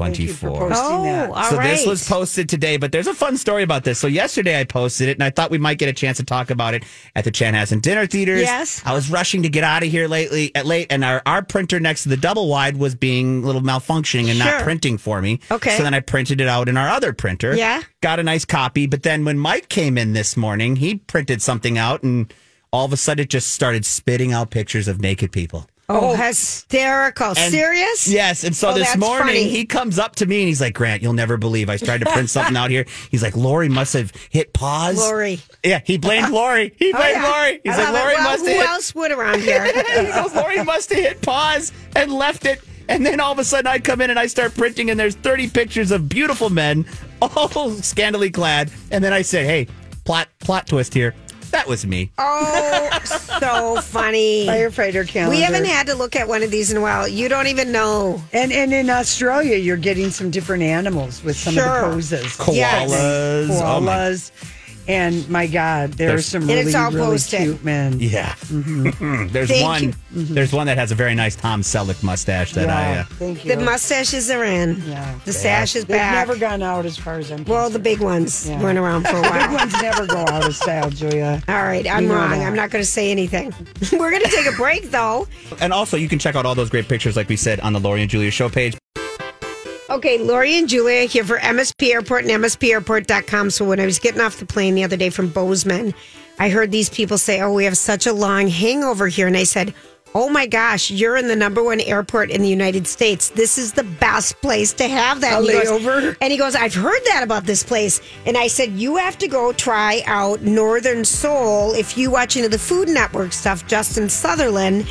Speaker 8: 2024.
Speaker 6: posting
Speaker 1: Oh,
Speaker 6: that.
Speaker 1: all
Speaker 8: so
Speaker 1: right.
Speaker 8: this was posted today, but there's a fun story about this. So yesterday I posted it, and I thought we might get a chance to talk about it at the Chanhassen Dinner Theaters.
Speaker 1: Yes.
Speaker 8: I was rushing to get out of here lately at late, and our, our printer next to the double wide was being a little malfunctioning and
Speaker 1: Sure.
Speaker 8: not printing for me.
Speaker 1: Okay.
Speaker 8: So then I printed it out in our other printer.
Speaker 1: Yeah.
Speaker 8: Got a nice copy, but then when Mike came in this morning, he printed something out, and all of a sudden it just started spitting out pictures of naked people.
Speaker 1: Oh, hysterical.
Speaker 8: And-
Speaker 1: Serious?
Speaker 8: Yes. And so
Speaker 1: Oh,
Speaker 8: this
Speaker 1: that's
Speaker 8: morning
Speaker 1: funny.
Speaker 8: he comes up to me and he's like, Grant, you'll never believe I tried to
Speaker 1: [LAUGHS]
Speaker 8: print something out here. He's like, Lori must have hit pause.
Speaker 1: Lori.
Speaker 8: Yeah, he blamed Lori. He
Speaker 1: Oh,
Speaker 8: blamed
Speaker 1: yeah.
Speaker 8: Lori. He's
Speaker 1: I
Speaker 8: like,
Speaker 1: love it.
Speaker 8: Lori
Speaker 1: Well,
Speaker 8: must
Speaker 1: Who
Speaker 8: have [LAUGHS] hit
Speaker 1: else would around
Speaker 8: [LAUGHS]
Speaker 1: here?
Speaker 8: he goes, Lori must have hit pause and left it. And then all of a sudden I come in and I start printing and there's 30 pictures of beautiful men, [LAUGHS] all scantily clad. And then I say, hey, plot plot twist here. That was me.
Speaker 1: oh, so funny.
Speaker 6: Firefighter calendar.
Speaker 1: We haven't had to look at one of these in a while. You don't even know.
Speaker 6: And and in Australia, you're getting some different animals with some
Speaker 1: Sure.
Speaker 6: of the poses,
Speaker 8: Koalas.
Speaker 1: Yes.
Speaker 8: Oh, my-
Speaker 6: koalas, and my God, there are
Speaker 8: There's-
Speaker 6: some
Speaker 1: And it's
Speaker 6: really
Speaker 1: all
Speaker 6: really
Speaker 1: posted.
Speaker 6: cute men.
Speaker 8: Yeah. there's
Speaker 1: Thank
Speaker 8: one.
Speaker 1: you.
Speaker 8: Mm-hmm. There's one that has a very nice Tom Selleck mustache that I.
Speaker 6: Yeah,
Speaker 8: Uh,
Speaker 6: thank you.
Speaker 1: The mustaches are in.
Speaker 6: Yeah.
Speaker 1: The sash is
Speaker 6: They've
Speaker 1: back.
Speaker 6: never gone out as far as I'm.
Speaker 1: well, the
Speaker 6: concerned.
Speaker 1: big ones
Speaker 6: Yeah.
Speaker 1: weren't around
Speaker 6: [LAUGHS]
Speaker 1: for a
Speaker 6: big
Speaker 1: while.
Speaker 6: ones never go out of style, Julia.
Speaker 1: All right, I'm
Speaker 6: You know
Speaker 1: wrong.
Speaker 6: that.
Speaker 1: I'm not going to say anything. [LAUGHS] We're going to take a break, though.
Speaker 8: uh, and also, you can check out all those great pictures, like we said, on the Lori and Julia show page.
Speaker 1: Okay, Lori and Julia here for MSP Airport and MSPAirport.com. So when I was getting off the plane the other day from Bozeman, I heard these people say, Oh, we have such a long hangover here. And I said, Oh my gosh, you're in the number one airport in the United States. This is the best place to have that.
Speaker 6: A
Speaker 1: And he goes-
Speaker 6: layover?
Speaker 1: and he goes, I've heard that about this place. And I said, You have to go try out Northern Soul if you watch into the Food Network stuff, Justin Sutherland.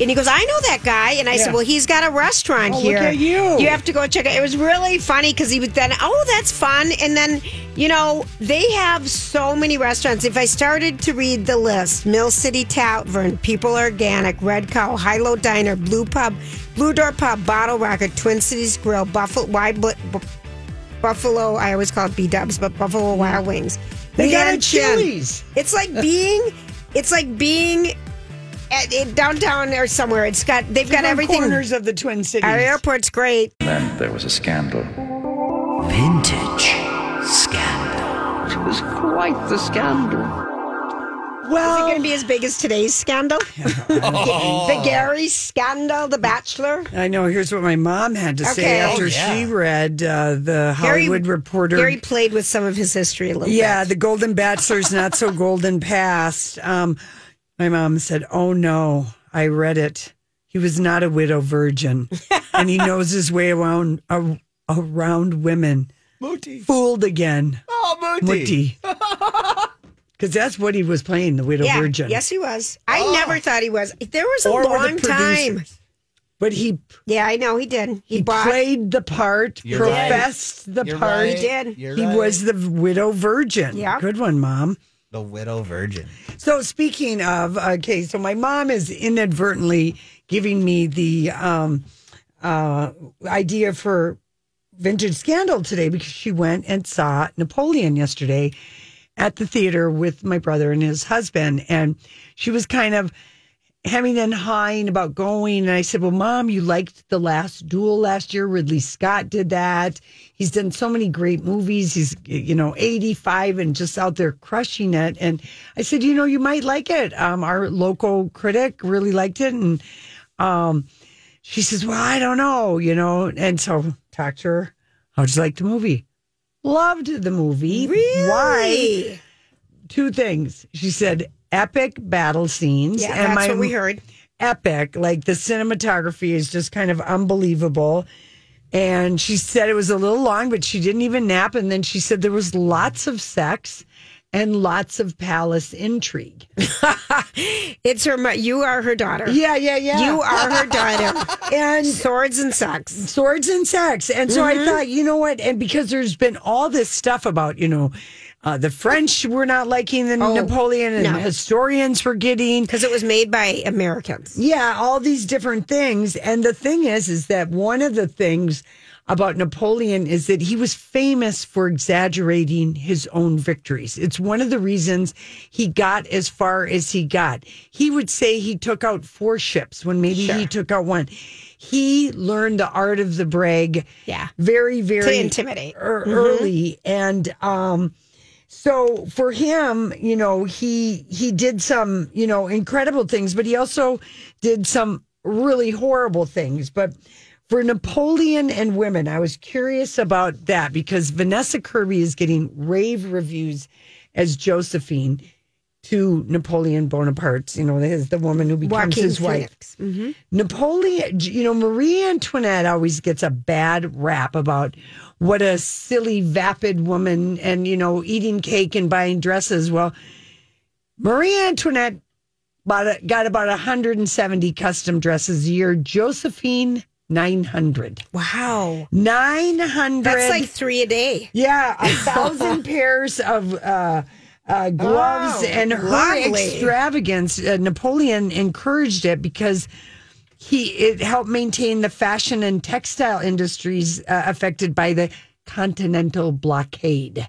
Speaker 1: And he goes, I know that guy. And I
Speaker 6: Yeah.
Speaker 1: said, Well, he's got a restaurant
Speaker 6: Oh, look
Speaker 1: here.
Speaker 6: at you.
Speaker 1: You have to go check it. It was really funny because he was then, oh, that's fun. And then, you know, they have so many restaurants. If I started to read the list, Mill City Tavern, People Organic, Red Cow, High Low Diner, Blue Pub, Blue Door Pub, Bottle Rocket, Twin Cities Grill, Buffalo, Why, Bu- Bu- Buffalo, I always call it B Dubs, but Buffalo Wild Wings.
Speaker 6: They got a
Speaker 1: Leanne Chin.
Speaker 6: Chili's.
Speaker 1: It's like being, it's like being at, at downtown or somewhere. It's got, they've got
Speaker 6: From
Speaker 1: everything.
Speaker 6: Corners of the Twin Cities.
Speaker 1: Our airport's great.
Speaker 9: Then there was a scandal.
Speaker 7: Vintage Scandal.
Speaker 9: It was quite the scandal.
Speaker 1: Is it
Speaker 6: Well, Oh.
Speaker 1: going to be as big as today's
Speaker 6: [LAUGHS]
Speaker 1: scandal? the Gary scandal, The Bachelor.
Speaker 6: I know. Here's what my mom had to say
Speaker 1: Okay.
Speaker 6: after
Speaker 8: Oh, yeah.
Speaker 6: she read uh, the Hollywood Reporter.
Speaker 1: Gary played with some of his history a little
Speaker 6: Yeah,
Speaker 1: bit.
Speaker 6: the Golden Bachelor's not so golden past. Um, my mom said, "Oh no, I read it. He was not a
Speaker 1: [LAUGHS]
Speaker 6: widow virgin, and he knows his way around a around women.
Speaker 8: Mooty.
Speaker 6: Fooled again,
Speaker 8: Oh,
Speaker 6: Mutti, because that's what he was playing, the widow
Speaker 1: Yeah,
Speaker 6: virgin. Oh.
Speaker 1: yes, he was. I never thought he was. There was a
Speaker 6: Or were the
Speaker 1: long time.
Speaker 6: producers. but he
Speaker 1: Yeah, I know he did. He,
Speaker 6: he
Speaker 1: bought.
Speaker 6: played the part,
Speaker 8: You're right.
Speaker 6: professed the
Speaker 8: You're
Speaker 6: part.
Speaker 8: right.
Speaker 1: He did.
Speaker 8: You're
Speaker 6: He
Speaker 8: right.
Speaker 6: was the widow virgin.
Speaker 1: Yeah.
Speaker 6: good one, mom."
Speaker 8: the widow virgin.
Speaker 6: So speaking of, okay, so my mom is inadvertently giving me the um, uh, idea for Vintage Scandal today because she went and saw Napoleon yesterday at the theater with my brother and his husband, and she was kind of hemming and hawing about going. And I said, Well, mom, you liked The Last Duel last year. Ridley Scott did that. He's done so many great movies. He's, you know, 85 and just out there crushing it. And I said, You know, you might like it. Um, our local critic really liked it. And um, she says, Well, I don't know, you know. And so talked to her. How'd you like the movie? Loved the movie.
Speaker 1: Really?
Speaker 6: Why? Two things. She said, epic battle scenes.
Speaker 1: Yeah,
Speaker 6: and
Speaker 1: that's
Speaker 6: my,
Speaker 1: what we heard.
Speaker 6: epic. Like the cinematography is just kind of unbelievable. And she said it was a little long, but she didn't even nap. And then she said there was lots of sex and lots of palace intrigue.
Speaker 1: It's her. mo- You are her daughter.
Speaker 6: Yeah, yeah, yeah.
Speaker 1: You are her daughter.
Speaker 6: [LAUGHS] and
Speaker 1: Swords and socks.
Speaker 6: swords and sex. And so I thought, you know what? And because there's been all this stuff about, you know, uh, the French were not liking the Napoleon and
Speaker 1: no.
Speaker 6: historians were getting.
Speaker 1: Because it was made by Americans.
Speaker 6: Yeah, all these different things. And the thing is, is that one of the things about Napoleon is that he was famous for exaggerating his own victories. It's one of the reasons he got as far as he got. He would say he took out four ships when maybe he took out one. He learned the art of the brag.
Speaker 1: Yeah.
Speaker 6: Very, very
Speaker 1: To intimidate. Mm-hmm.
Speaker 6: ear- er, early and um so for him you know he he did some you know incredible things but he also did some really horrible things but for napoleon and women i was curious about that because vanessa kirby is getting rave reviews as josephine to napoleon bonaparte's you know his, the woman who becomes
Speaker 1: Joaquin
Speaker 6: his wife
Speaker 1: Phoenix. Mhm.
Speaker 6: Napoleon, you know, Marie Antoinette always gets a bad rap about what a silly, vapid woman and, you know, eating cake and buying dresses. Well, Marie Antoinette bought a, got about 170 custom dresses a year, Josephine, 900.
Speaker 1: Wow.
Speaker 6: 900.
Speaker 1: That's like three a day.
Speaker 6: Yeah, a thousand pairs of uh, uh, gloves
Speaker 1: Oh,
Speaker 6: and her
Speaker 1: lovely.
Speaker 6: extravagance. Uh, Napoleon encouraged it because he it helped maintain the fashion and textile industries uh, affected by the continental blockade.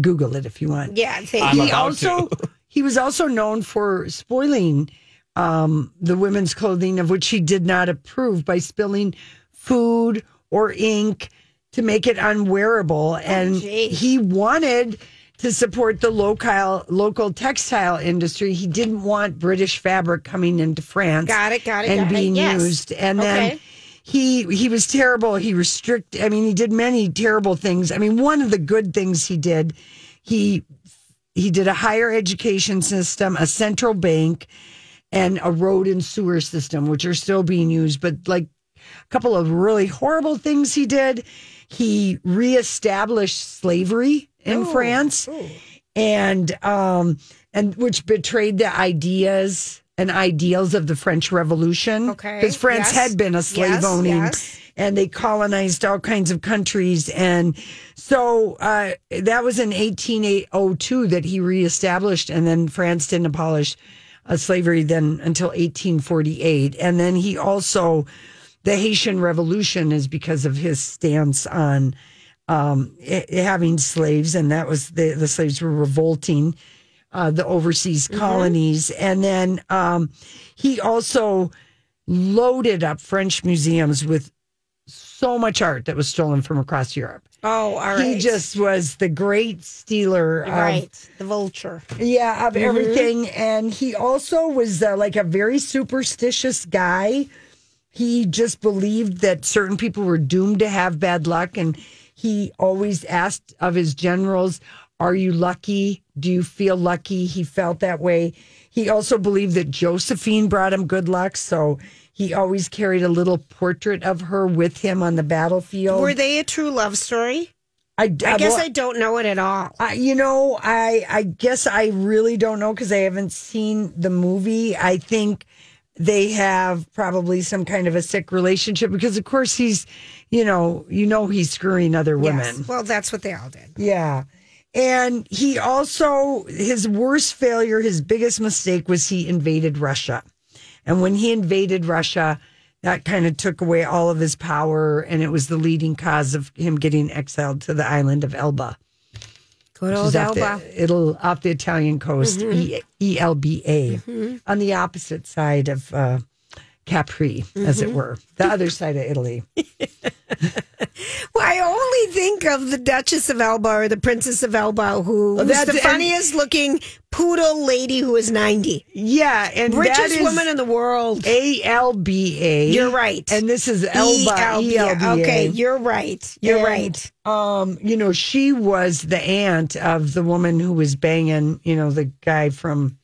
Speaker 6: Google it if you want.
Speaker 1: Yeah. They,
Speaker 8: I'm
Speaker 6: he
Speaker 8: about
Speaker 6: also he was also known for spoiling um, the women's clothing of which he did not approve by spilling food or ink to make it unwearable and
Speaker 1: geez.
Speaker 6: he wanted to support the local local textile industry he didn't want british fabric coming into france
Speaker 1: Got it, got it,
Speaker 6: and
Speaker 1: got it.
Speaker 6: being
Speaker 1: Yes.
Speaker 6: used and then
Speaker 1: Okay.
Speaker 6: he he was terrible. He restricted. I mean, he did many terrible things. I mean, one of the good things he did, he he did a higher education system, a central bank, and a road and sewer system, which are still being used. But like a couple of really horrible things he did, he reestablished slavery in France, and um and which betrayed the ideas and ideals of the French Revolution.
Speaker 1: Okay,
Speaker 6: because France
Speaker 1: yes.
Speaker 6: had been a slave
Speaker 1: Yes,
Speaker 6: owning
Speaker 1: yes.
Speaker 6: and they colonized all kinds of countries. And so uh, that was in 1802 that he reestablished, and then France didn't abolish uh, slavery then until 1848. And then he also, the Haitian Revolution is because of his stance on um, i having slaves, and that was the, the slaves were revolting. Uh, the overseas
Speaker 1: Mm-hmm.
Speaker 6: colonies. And then um, he also loaded up French museums with so much art that was stolen from across Europe.
Speaker 1: oh, all right.
Speaker 6: He just um, was the great stealer of
Speaker 1: right. The vulture.
Speaker 6: yeah,
Speaker 1: Mm-hmm.
Speaker 6: of everything. And he also was uh, like a very superstitious guy. He just believed that certain people were doomed to have bad luck. And he always asked of his generals, Are you lucky? Do you feel lucky? He felt that way. He also believed that Josephine brought him good luck. So he always carried a little portrait of her with him on the battlefield.
Speaker 1: Were they a true love story?
Speaker 6: I,
Speaker 1: I guess
Speaker 6: well-
Speaker 1: I don't know it at all.
Speaker 6: I, you know, I I guess I really don't know because I haven't seen the movie. I think they have probably some kind of a sick relationship because, of course, he's, you know, you know, he's screwing other women.
Speaker 1: Yes. Well, that's what they all did.
Speaker 6: Yeah. And he also, his worst failure, his biggest mistake was he invaded Russia. And when he invaded Russia, that kind of took away all of his power. And it was the leading cause of him getting exiled to the island of Elba. Good
Speaker 1: old Elba.
Speaker 6: The, it'll off the Italian coast,
Speaker 1: Mm-hmm.
Speaker 6: E- E-L-B-A, on the opposite side of uh, Capri, as
Speaker 1: Mm-hmm.
Speaker 6: it were, the other side of
Speaker 1: [LAUGHS]
Speaker 6: Italy.
Speaker 1: Well, I only think of the Duchess of Elba or the Princess of Elba, who was
Speaker 6: Well, Oh, that's-
Speaker 1: the
Speaker 6: and-
Speaker 1: funniest looking poodle lady who is 90.
Speaker 6: Yeah, and
Speaker 1: Richest woman in the world.
Speaker 6: A L B A.
Speaker 1: You're right.
Speaker 6: And this is Elba.
Speaker 1: E L B A.
Speaker 6: ELBA.
Speaker 1: Okay, you're right. You're
Speaker 6: And,
Speaker 1: right.
Speaker 6: Um, you know, she was the aunt of the woman who was banging, you know, the guy from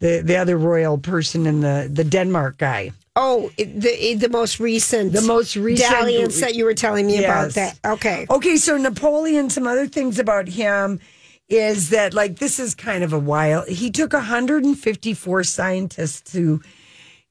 Speaker 6: the the other royal person in the the Denmark guy.
Speaker 1: Oh, it- the it- the most recent,
Speaker 6: The most recent-
Speaker 1: dalliance that you were telling me
Speaker 6: Yes. Oh,
Speaker 1: about. That okay.
Speaker 6: Okay, so Napoleon, some other things about him is that like this is kind of a wild. He took 154 scientists to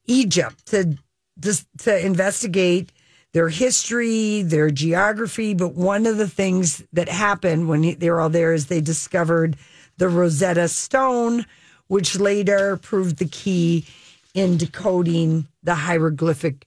Speaker 6: Egypt to just to investigate their history, their geography. But one of the things that happened when he, they were all there is they discovered the Rosetta Stone, which later proved the key in decoding the hieroglyphic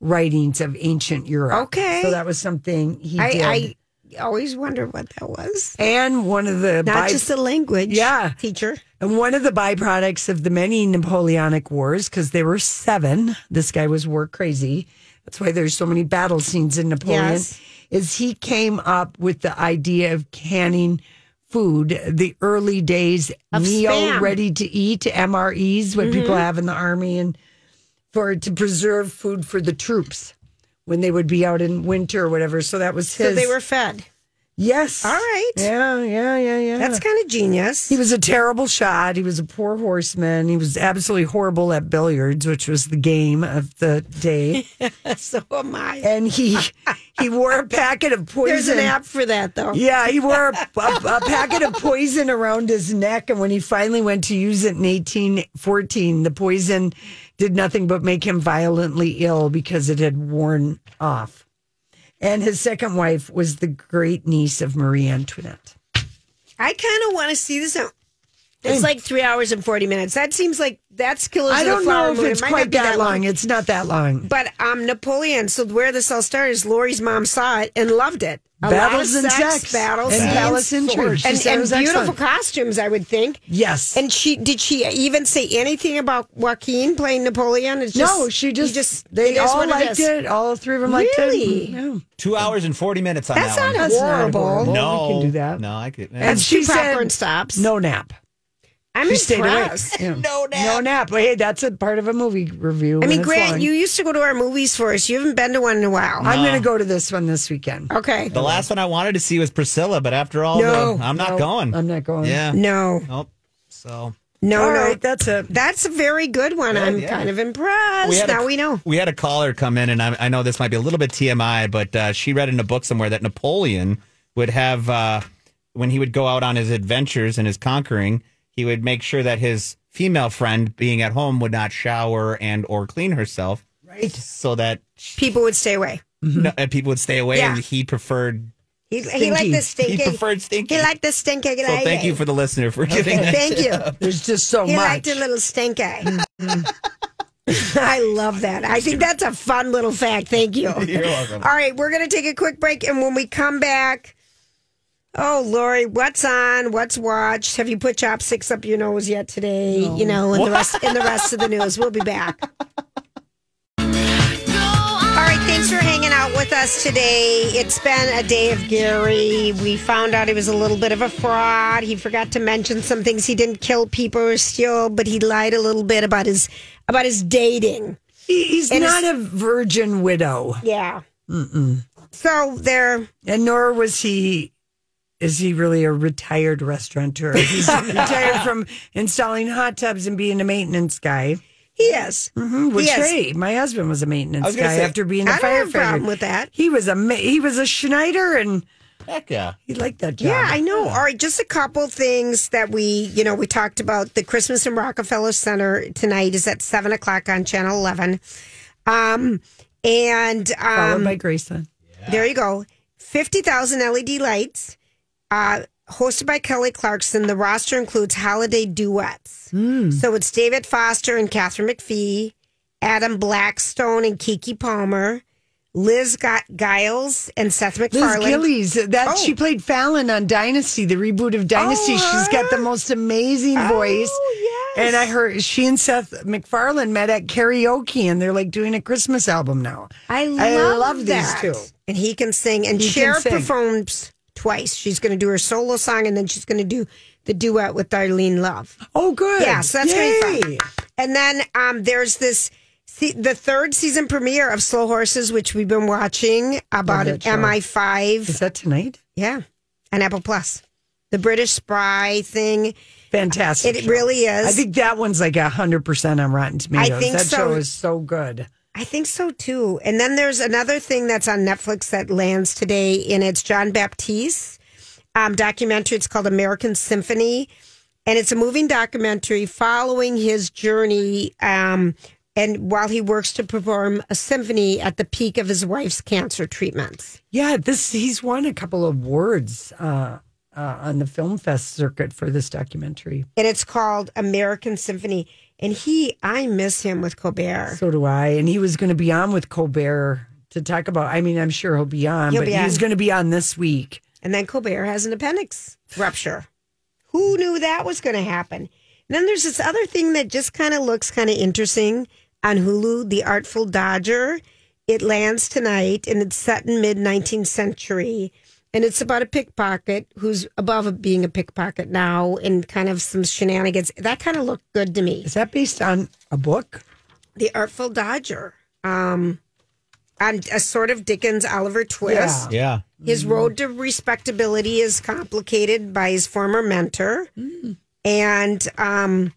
Speaker 6: writings of ancient Europe.
Speaker 1: Okay.
Speaker 6: So that was something he did.
Speaker 1: I, I always wonder what that was.
Speaker 6: and one of the
Speaker 1: Not
Speaker 6: by-
Speaker 1: just the language.
Speaker 6: Yeah.
Speaker 1: Teacher.
Speaker 6: And one of the byproducts of the many Napoleonic wars, because there were seven, this guy was war crazy. That's why there's so many battle scenes in Napoleon.
Speaker 1: Yes.
Speaker 6: Is he came up with the idea of canning food, the early days
Speaker 1: Of
Speaker 6: neo
Speaker 1: Spam. Mm-hmm.
Speaker 6: ready to eat MREs, what people have in the army, and for to preserve food for the troops when they would be out in winter or whatever. So that was his.
Speaker 1: So they were fed.
Speaker 6: yes.
Speaker 1: All right.
Speaker 6: Yeah, yeah, yeah, yeah.
Speaker 1: That's kind of genius.
Speaker 6: He was a terrible shot. He was a poor horseman. He was absolutely horrible at billiards, which was the game of the [LAUGHS] day.
Speaker 1: [LAUGHS] so am I.
Speaker 6: And he he wore a packet of poison.
Speaker 1: There's an app for that, though.
Speaker 6: Yeah, he wore [LAUGHS] a, a, a packet of poison around his neck, and when he finally went to use it in 1814, the poison did nothing but make him violently ill because it had worn off. And his second wife was the great niece of Marie Antoinette.
Speaker 1: I kind of want to see this. out. It's like three hours and 40 minutes. That seems like that's Killers
Speaker 6: I
Speaker 1: of the
Speaker 6: don't
Speaker 1: Flower
Speaker 6: know if
Speaker 1: Moon. It
Speaker 6: it's
Speaker 1: might not
Speaker 6: quite
Speaker 1: be
Speaker 6: that long. It's not that long.
Speaker 1: But um, Napoleon. So where this all started is Lori's mom saw it and loved it. A lot of
Speaker 6: Battles and sex.
Speaker 1: battles,
Speaker 6: And
Speaker 1: scenes,
Speaker 6: palace intrigue. She
Speaker 1: and,
Speaker 6: said it
Speaker 1: and
Speaker 6: was
Speaker 1: beautiful
Speaker 6: excellent.
Speaker 1: costumes. I would think.
Speaker 6: Yes.
Speaker 1: And she did she even say anything about Joaquin playing Napoleon? It's just,
Speaker 6: no, she
Speaker 1: he
Speaker 6: just,
Speaker 1: it
Speaker 6: they
Speaker 1: is
Speaker 6: all
Speaker 1: what
Speaker 6: liked
Speaker 1: is.
Speaker 6: it. All three of them liked
Speaker 1: Really?
Speaker 6: it. Mm, Yeah.
Speaker 8: Two hours and 40 minutes on
Speaker 1: That's
Speaker 8: that
Speaker 1: not
Speaker 8: one.
Speaker 6: That's not
Speaker 1: horrible.
Speaker 6: horrible.
Speaker 8: no.
Speaker 6: we can do that.
Speaker 8: No, I could.
Speaker 1: That's
Speaker 6: she
Speaker 1: two
Speaker 6: said-
Speaker 1: popcorn stops.
Speaker 6: No nap.
Speaker 1: I'm
Speaker 6: She stayed awake.
Speaker 1: impressed.
Speaker 6: [LAUGHS] Yeah.
Speaker 8: [LAUGHS] No nap.
Speaker 6: No nap. But hey, that's a part of a movie review.
Speaker 1: I
Speaker 6: when
Speaker 1: mean,
Speaker 6: it's
Speaker 1: Grant,
Speaker 6: long.
Speaker 1: you used to go to our movies for us. You haven't been to one in a while.
Speaker 6: I'm going to go to this one this weekend.
Speaker 1: Okay.
Speaker 8: the last one I wanted to see was Priscilla, but after all,
Speaker 1: No.
Speaker 8: the- I'm not
Speaker 6: No,
Speaker 8: going.
Speaker 6: I'm not going.
Speaker 8: Yeah.
Speaker 1: No,
Speaker 8: Nope. So
Speaker 1: no,
Speaker 6: All
Speaker 1: no.
Speaker 6: right, that's it.
Speaker 1: That's a very good one. I'm
Speaker 8: yeah.
Speaker 1: kind of impressed. now
Speaker 8: a,
Speaker 1: we know.
Speaker 8: We had a caller come in, and I, I know this might be a little bit TMI, but uh, she read in a book somewhere that Napoleon would have, uh, when he would go out on his adventures and his conquering, he would make sure that his female friend, being at home, would not shower and or clean herself, right? So that
Speaker 1: People would stay away.
Speaker 8: no, and people would stay away,
Speaker 1: Yeah.
Speaker 8: and he preferred.
Speaker 1: He, he liked the stinky.
Speaker 8: He preferred stinky.
Speaker 1: He liked the stinky.
Speaker 8: So thank you for the listener for giving that. Mm-hmm.
Speaker 1: Thank you.
Speaker 6: There's just so
Speaker 1: He
Speaker 6: much.
Speaker 1: liked a little stink eye. [LAUGHS] I love that. I think that's a fun little fact. Thank you.
Speaker 8: [LAUGHS] You're welcome.
Speaker 1: All right, we're going to take a quick break. And when we come back, oh, Lori, what's on? What's watched? Have you put chopsticks up your nose yet today? You know, and the, rest, and
Speaker 8: [LAUGHS]
Speaker 1: the rest of the news. We'll be back. All right, thanks for hanging out with us today. It's been a day of Gary. We found out he was a little bit of a fraud. He forgot to mention some things. He didn't kill people or steal, but he lied a little bit about his about his dating.
Speaker 6: He- He's
Speaker 1: And
Speaker 6: not a virgin widow,
Speaker 1: Yeah. Mm-mm. So there.
Speaker 6: and nor was he. Is he really a retired restaurateur? [LAUGHS] He's retired from installing hot tubs and being a maintenance guy.
Speaker 1: He is.
Speaker 6: Mm, Which
Speaker 1: Yes.
Speaker 6: hey, my husband was a maintenance
Speaker 8: I was gonna
Speaker 6: guy
Speaker 8: say-
Speaker 6: after being a
Speaker 1: I don't
Speaker 6: firefighter.
Speaker 1: have a problem with that.
Speaker 6: He was a ma- he was a Schneider, and
Speaker 8: Heck yeah.
Speaker 6: he liked that job.
Speaker 1: Yeah, I know. All right, just a couple things that we, you know, we talked about. The Christmas in Rockefeller Center tonight is at seven o'clock on Channel Eleven, um, and
Speaker 6: followed
Speaker 1: um,
Speaker 6: by Graceland.
Speaker 1: There you go. 50,000 LED E lights, uh, hosted by Kelly Clarkson. The roster includes holiday duets.
Speaker 6: Hmm.
Speaker 1: So it's David Foster and Catherine McPhee, Adam Blackstone and Kiki Palmer, Liz Gu- Giles and Seth
Speaker 6: Liz
Speaker 1: MacFarlane.
Speaker 6: Gillies, uh, that
Speaker 1: Oh.
Speaker 6: she played Fallon on Dynasty, the reboot of
Speaker 1: Oh,
Speaker 6: Dynasty. She's got the
Speaker 1: huh?
Speaker 6: most amazing voice.
Speaker 1: Oh, yes.
Speaker 6: And I heard she and Seth MacFarlane met at karaoke, and they're like doing a Christmas album now.
Speaker 1: I love,
Speaker 6: love these
Speaker 1: that.
Speaker 6: two.
Speaker 1: And he can sing. And
Speaker 6: He can
Speaker 1: Cher
Speaker 6: sing.
Speaker 1: performs twice. She's going to do her solo song and then she's going to do the duet with Darlene Love.
Speaker 6: Oh, good.
Speaker 1: Yeah, so that's gonna be
Speaker 6: Yay.
Speaker 1: fun. And then um, there's this se- the third season premiere of Slow Horses, which we've been watching about
Speaker 6: Love that show.
Speaker 1: MI5.
Speaker 6: Is that tonight?
Speaker 1: Yeah, and Apple Plus. The British spy thing.
Speaker 6: Fantastic.
Speaker 1: It
Speaker 6: show.
Speaker 1: really is.
Speaker 6: I think that one's like hundred percent on Rotten Tomatoes.
Speaker 1: think
Speaker 6: that
Speaker 1: so.
Speaker 6: show is so good.
Speaker 1: I think so too. And then there's another thing that's on Netflix that lands today, and it's John Baptiste um, documentary. It's called American Symphony, and it's a moving documentary following his journey. Um, and while he works to perform a symphony at the peak of his wife's cancer treatments,
Speaker 6: Yeah, this he's won a couple of awards uh, uh, on the film fest circuit for this documentary.
Speaker 1: and it's called American Symphony. And he, I miss him with Colbert.
Speaker 6: So do I. And he was going to be on with Colbert to talk about. I mean, I'm sure he'll be on,
Speaker 1: He'll
Speaker 6: but
Speaker 1: be
Speaker 6: he's
Speaker 1: on.
Speaker 6: going to be on this week.
Speaker 1: And then Colbert has an appendix rupture. Who knew that was going to happen? And then there's this other thing that just kind of looks kind of interesting on Hulu The Artful Dodger. It lands tonight and it's set in mid 19th century. And it's about a pickpocket who's above being a pickpocket now and kind of some shenanigans. That kind of looked good to me.
Speaker 6: Is that based on a book?
Speaker 1: The Artful Dodger. Um, on a sort of Dickens Oliver twist.
Speaker 8: Yeah.
Speaker 1: His road to respectability is complicated by his former mentor. And um,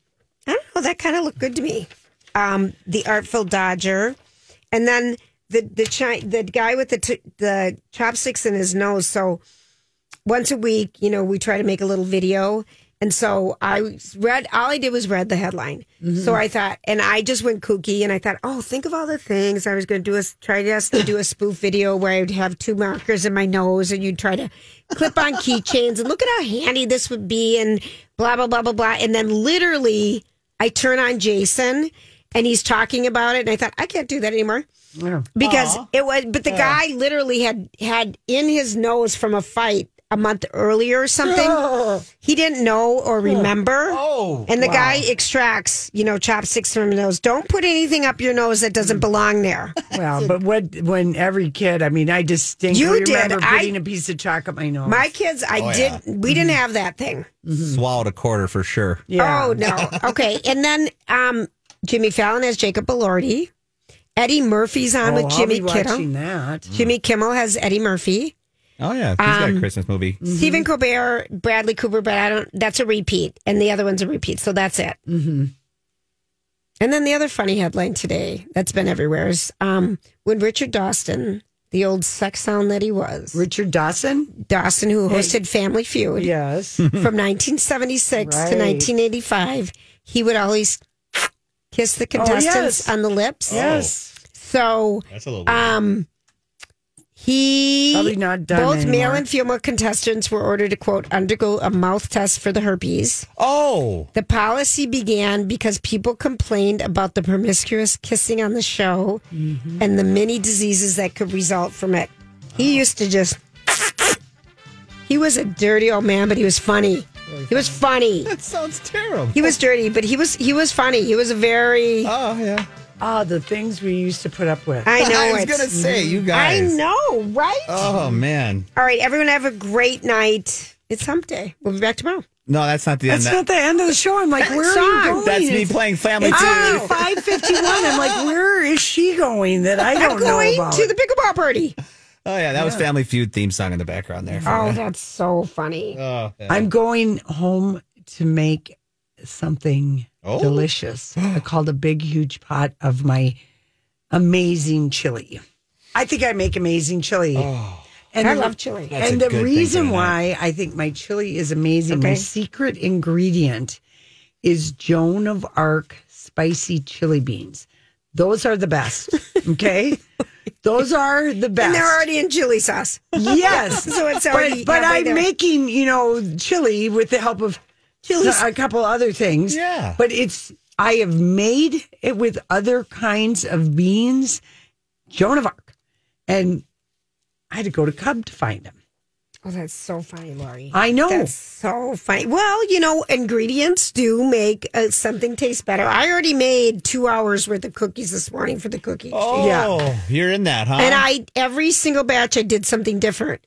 Speaker 1: I don't know, that kind of looked good to me. Um, the Artful Dodger. And then the the chi- the guy with the t- the chopsticks in his nose. So once a week, you know, we try to make a little video. And so I read, all I did was read the headline. So I thought, and I just went kooky and I thought, oh, think of all the things I was going to do is try just to do a spoof video where I would have two markers in my nose and you'd try to clip on keychains and look at how handy this would be and blah, blah, blah, blah, blah. And then literally I turn on Jason and he's talking about it. And I thought, I can't do that anymore because it was but the guy literally had had in his nose from a fight a month earlier or
Speaker 6: [GASPS]
Speaker 1: something he didn't know or remember oh and the guy extracts you know chopsticks from his nose don't put anything up your nose that
Speaker 6: Mm.
Speaker 1: doesn't belong there
Speaker 6: Well, but what when every kid? I mean, I distinctly
Speaker 1: You did.
Speaker 6: remember
Speaker 1: I-
Speaker 6: putting a piece of chalk up my nose.
Speaker 1: my kids
Speaker 6: Oh,
Speaker 1: i did we didn't have that thing
Speaker 8: Swallowed a quarter for sure.
Speaker 6: Mm. yeah.
Speaker 1: Oh no. Okay. And then um Jimmy Fallon has Jacob Elordi. Eddie Murphy's on
Speaker 6: Oh,
Speaker 1: with
Speaker 6: I'll
Speaker 1: Jimmy
Speaker 6: be
Speaker 1: Kimmel.
Speaker 6: watching that.
Speaker 1: Jimmy Kimmel has Eddie Murphy.
Speaker 8: Oh yeah. He's got
Speaker 1: Um,
Speaker 8: a Christmas movie.
Speaker 6: Mm-hmm.
Speaker 1: Stephen Colbert, Bradley Cooper, but I don't. That's a repeat, and the other one's a repeat, so that's it. Mm-hmm. And then the other funny headline today that's been everywhere is um, when Richard Dawson, the old sex hound that he was,
Speaker 6: Richard Dawson. Oh.
Speaker 1: Dawson who hosted Family Feud
Speaker 6: [LAUGHS] Yes.
Speaker 1: from 1976
Speaker 6: Right.
Speaker 1: to 1985, he would always kiss the contestants
Speaker 6: Oh, yes.
Speaker 1: on the lips.
Speaker 6: yes.
Speaker 1: So
Speaker 8: That's a little
Speaker 1: um, he
Speaker 6: Probably not done
Speaker 1: E, both
Speaker 6: anymore.
Speaker 1: male and female contestants were ordered to quote undergo a mouth test for the herpes.
Speaker 8: Oh.
Speaker 1: The policy began because people complained about the promiscuous kissing on the show
Speaker 8: Mm-hmm.
Speaker 1: and the many diseases that could result from it.
Speaker 8: Oh.
Speaker 1: He used to just he was a dirty old man, but he was funny. He was funny.
Speaker 8: That sounds terrible.
Speaker 1: He was dirty, but he was he was funny. He was a very
Speaker 8: Oh yeah.
Speaker 6: Ah, the things we used to put up with.
Speaker 1: I know
Speaker 8: [LAUGHS] I was
Speaker 1: it's-
Speaker 8: gonna say you
Speaker 1: I
Speaker 8: guys.
Speaker 1: know, right?
Speaker 8: Oh man.
Speaker 1: All right, everyone have a great night. It's hump day. We'll be back tomorrow.
Speaker 8: No, that's not the
Speaker 6: That's
Speaker 8: end.
Speaker 6: not the end of the show. I'm like, where are
Speaker 1: song.
Speaker 6: you going?
Speaker 8: that's me
Speaker 6: It's-
Speaker 8: playing Family
Speaker 6: It's
Speaker 8: Feud.
Speaker 6: only five fifty one. I'm like, where is she going that I don't
Speaker 1: I'm
Speaker 6: know
Speaker 1: going
Speaker 6: about?
Speaker 1: to the pickleball party.
Speaker 8: Oh yeah, that was Family Feud theme song in the background there.
Speaker 1: Oh, that's so funny.
Speaker 8: Oh, yeah.
Speaker 6: I'm going home to make something
Speaker 8: Oh.
Speaker 6: delicious. I called a big, huge pot of my amazing chili. I think I make amazing chili.
Speaker 8: Oh.
Speaker 6: And
Speaker 1: I
Speaker 6: the-
Speaker 1: love chili.
Speaker 8: That's
Speaker 6: and
Speaker 8: a
Speaker 6: the
Speaker 8: good thing
Speaker 6: reason
Speaker 8: for
Speaker 6: why
Speaker 8: tonight.
Speaker 6: I think my chili is amazing, my
Speaker 1: Okay.
Speaker 6: secret ingredient is Joan of Arc spicy chili beans. Those are
Speaker 1: [LAUGHS]
Speaker 6: the best. Okay. Those are the best.
Speaker 1: And they're already in chili sauce. [LAUGHS]
Speaker 6: Yes.
Speaker 1: So it's already
Speaker 6: but, but
Speaker 1: halfway
Speaker 6: I'm
Speaker 1: there.
Speaker 6: making, you know, chili with the help of s- a couple other things.
Speaker 8: Yeah.
Speaker 6: But it's, I have made it with other kinds of beans, Joan of Arc. And I had to go to Cub to find them.
Speaker 1: Oh, that's so funny, Lori.
Speaker 6: I know.
Speaker 1: That's so funny. Well, you know, ingredients do make uh, something taste better. I already made two hours worth of cookies this morning for the cookie.
Speaker 8: Oh,
Speaker 6: Yeah.
Speaker 8: you're in that, huh?
Speaker 1: And I, every single batch, I did something different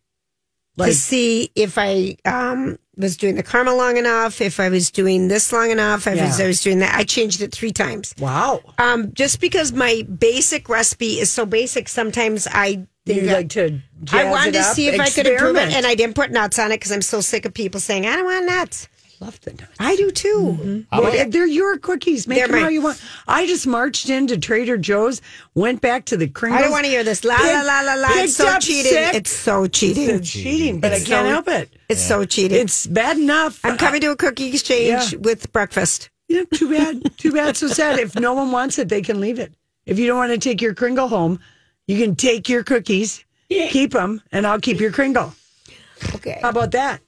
Speaker 6: Like,
Speaker 1: to see if I um, was doing the caramel long enough, if I was doing this long enough, if I was-
Speaker 6: Yeah.
Speaker 1: I was doing that. I changed it three times.
Speaker 6: wow.
Speaker 1: Um, just because my basic recipe is so basic, sometimes I think
Speaker 6: You
Speaker 1: I-
Speaker 6: like to jazz
Speaker 1: I wanted
Speaker 6: it
Speaker 1: to
Speaker 6: up,
Speaker 1: see if I could improve it,
Speaker 6: experiment.
Speaker 1: and I didn't put nuts on it because I'm so sick of people saying I don't want nuts.
Speaker 6: love the nuts.
Speaker 1: I do too.
Speaker 6: Well, they're your cookies. Make
Speaker 1: They're
Speaker 6: them
Speaker 1: mine.
Speaker 6: how you want. I just marched into Trader Joe's, went back to the Kringles.
Speaker 1: I don't want to hear this. La la la la la. It's
Speaker 6: Picked
Speaker 1: so
Speaker 6: up
Speaker 1: cheating.
Speaker 6: six.
Speaker 1: It's so cheating.
Speaker 6: It's cheating, but I can't
Speaker 1: so-
Speaker 6: help it.
Speaker 1: It's so cheating.
Speaker 6: It's bad enough.
Speaker 1: I'm coming to a cookie exchange
Speaker 6: Yeah.
Speaker 1: with breakfast.
Speaker 6: Yeah, too bad. Too bad. So sad. If no one wants it, they can leave it. If you don't want to take your Kringle home, you can take your cookies, keep them, and I'll keep your Kringle.
Speaker 1: Okay.
Speaker 6: How about that?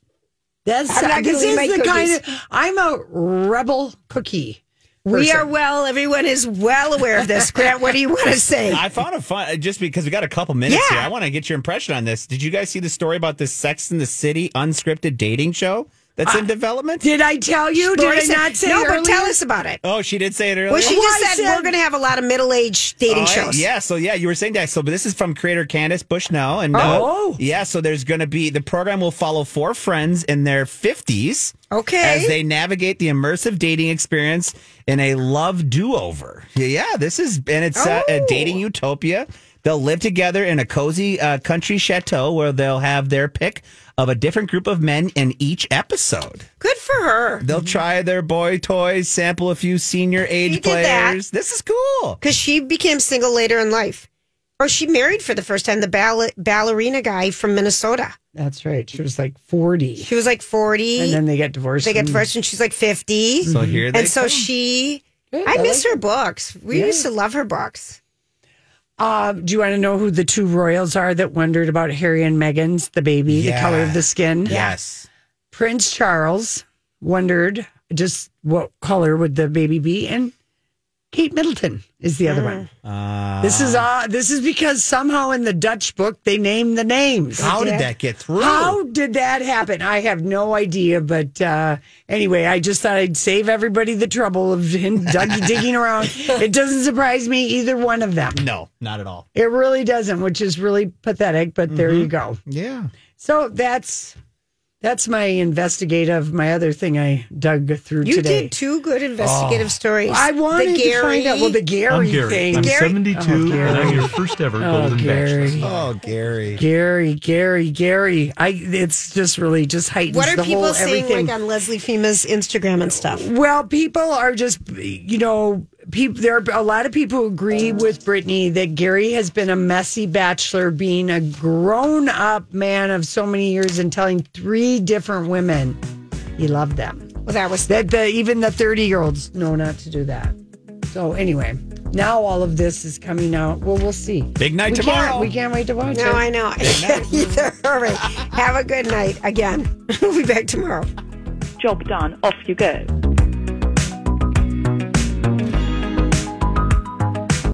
Speaker 6: That's
Speaker 1: I'm not
Speaker 6: this
Speaker 1: gonna leave
Speaker 6: is
Speaker 1: my
Speaker 6: the kind
Speaker 1: cookies.
Speaker 6: of I'm a rebel cookie.
Speaker 1: We
Speaker 6: person.
Speaker 1: are well. Everyone is well aware of this. Grant, what do you want to
Speaker 6: [LAUGHS]
Speaker 1: say?
Speaker 8: I found a fun uh, just because we got a couple minutes
Speaker 1: Yeah.
Speaker 8: here. I want to get your impression on this. Did you guys see the story about this Sex in the City unscripted dating show that's in development?
Speaker 6: Did I tell you? Did
Speaker 1: Lori
Speaker 6: I
Speaker 1: said-
Speaker 6: not say
Speaker 1: No, but tell
Speaker 6: earlier?
Speaker 1: us about it.
Speaker 8: oh, she did say it earlier.
Speaker 1: Well, she
Speaker 6: Well,
Speaker 1: just
Speaker 6: I
Speaker 1: said,
Speaker 6: said-
Speaker 1: we're going to have a lot of middle aged dating
Speaker 8: All right,
Speaker 1: shows.
Speaker 8: Yeah, so yeah, you were saying that. So, but this is from creator Candace Bushnell, and uh,
Speaker 6: Oh.
Speaker 8: yeah, so there's going to be the program will follow four friends in their fifties
Speaker 1: Okay.
Speaker 8: as they navigate the immersive dating experience in a love do-over. Yeah, this is and it's uh, a dating
Speaker 1: Oh.
Speaker 8: utopia. They'll live together in a cozy uh, country chateau where they'll have their pick of a different group of men in each episode.
Speaker 1: Good for her.
Speaker 8: They'll try their boy toys, sample a few senior age
Speaker 1: Mm-hmm. did that.
Speaker 8: players. This is cool.
Speaker 1: Because she became single later in life. Or she married for the first time the ball- ballerina guy from Minnesota.
Speaker 6: That's right. She was like 40.
Speaker 1: She was like 40.
Speaker 6: And then they get divorced.
Speaker 1: they get
Speaker 6: and-
Speaker 1: divorced and she's like 50.
Speaker 8: So here they
Speaker 1: and so
Speaker 8: come.
Speaker 1: she.
Speaker 6: Good,
Speaker 1: I
Speaker 6: I
Speaker 1: miss
Speaker 6: like
Speaker 1: her books. We used to love her books.
Speaker 6: Uh, do you want to know who the two royals are that wondered about Harry and Meghan's, the baby, the color of the skin?
Speaker 8: Yes.
Speaker 6: Prince Charles wondered just what color would the baby be, and Kate Middleton is the other
Speaker 1: Mm.
Speaker 6: one. this is uh, this is because somehow in the Dutch book they named the names.
Speaker 8: How did that get through?
Speaker 6: How did that happen? I have no idea. But uh, anyway, I just thought I'd save everybody the trouble of [LAUGHS] him dug- digging
Speaker 1: [LAUGHS]
Speaker 6: around. It doesn't surprise me either one of them.
Speaker 8: No, not at all.
Speaker 6: It really doesn't, which is really pathetic. But there you
Speaker 1: Mm-hmm.
Speaker 6: go.
Speaker 8: Yeah.
Speaker 6: So that's that's my investigative. My other thing I dug through
Speaker 1: You
Speaker 6: today.
Speaker 1: did two good investigative stories.
Speaker 6: I wanted
Speaker 1: the
Speaker 6: to
Speaker 1: Gary,
Speaker 6: find out. Well, the Gary,
Speaker 10: I'm Gary.
Speaker 6: thing.
Speaker 10: I'm
Speaker 1: Gary-
Speaker 10: 72, and I'm your first ever
Speaker 6: Oh,
Speaker 10: Golden Bachelor.
Speaker 6: Gary.
Speaker 8: Oh, Gary.
Speaker 6: Gary, Gary, Gary. I. It's just really just heightens
Speaker 1: what are
Speaker 6: the
Speaker 1: people
Speaker 6: whole
Speaker 1: saying
Speaker 6: everything.
Speaker 1: like on Leslie Fima's Instagram and stuff?
Speaker 6: Well, people are just, you know, people. There are a lot of people who agree with Brittany that Gary has been a messy bachelor, being a grown-up man of so many years and telling three different women he loved them.
Speaker 1: Well, that was
Speaker 6: That the even the thirty-year-olds know not to do that. So anyway, now all of this is coming out. Well, we'll see.
Speaker 8: Big night
Speaker 6: we
Speaker 8: tomorrow.
Speaker 6: Can't, we can't wait to watch
Speaker 1: No,
Speaker 6: it.
Speaker 1: I
Speaker 6: [LAUGHS]
Speaker 1: know. I can't [LAUGHS] either. All [LAUGHS] right. Have a good night again. we'll be back tomorrow.
Speaker 11: Job done. Off you go.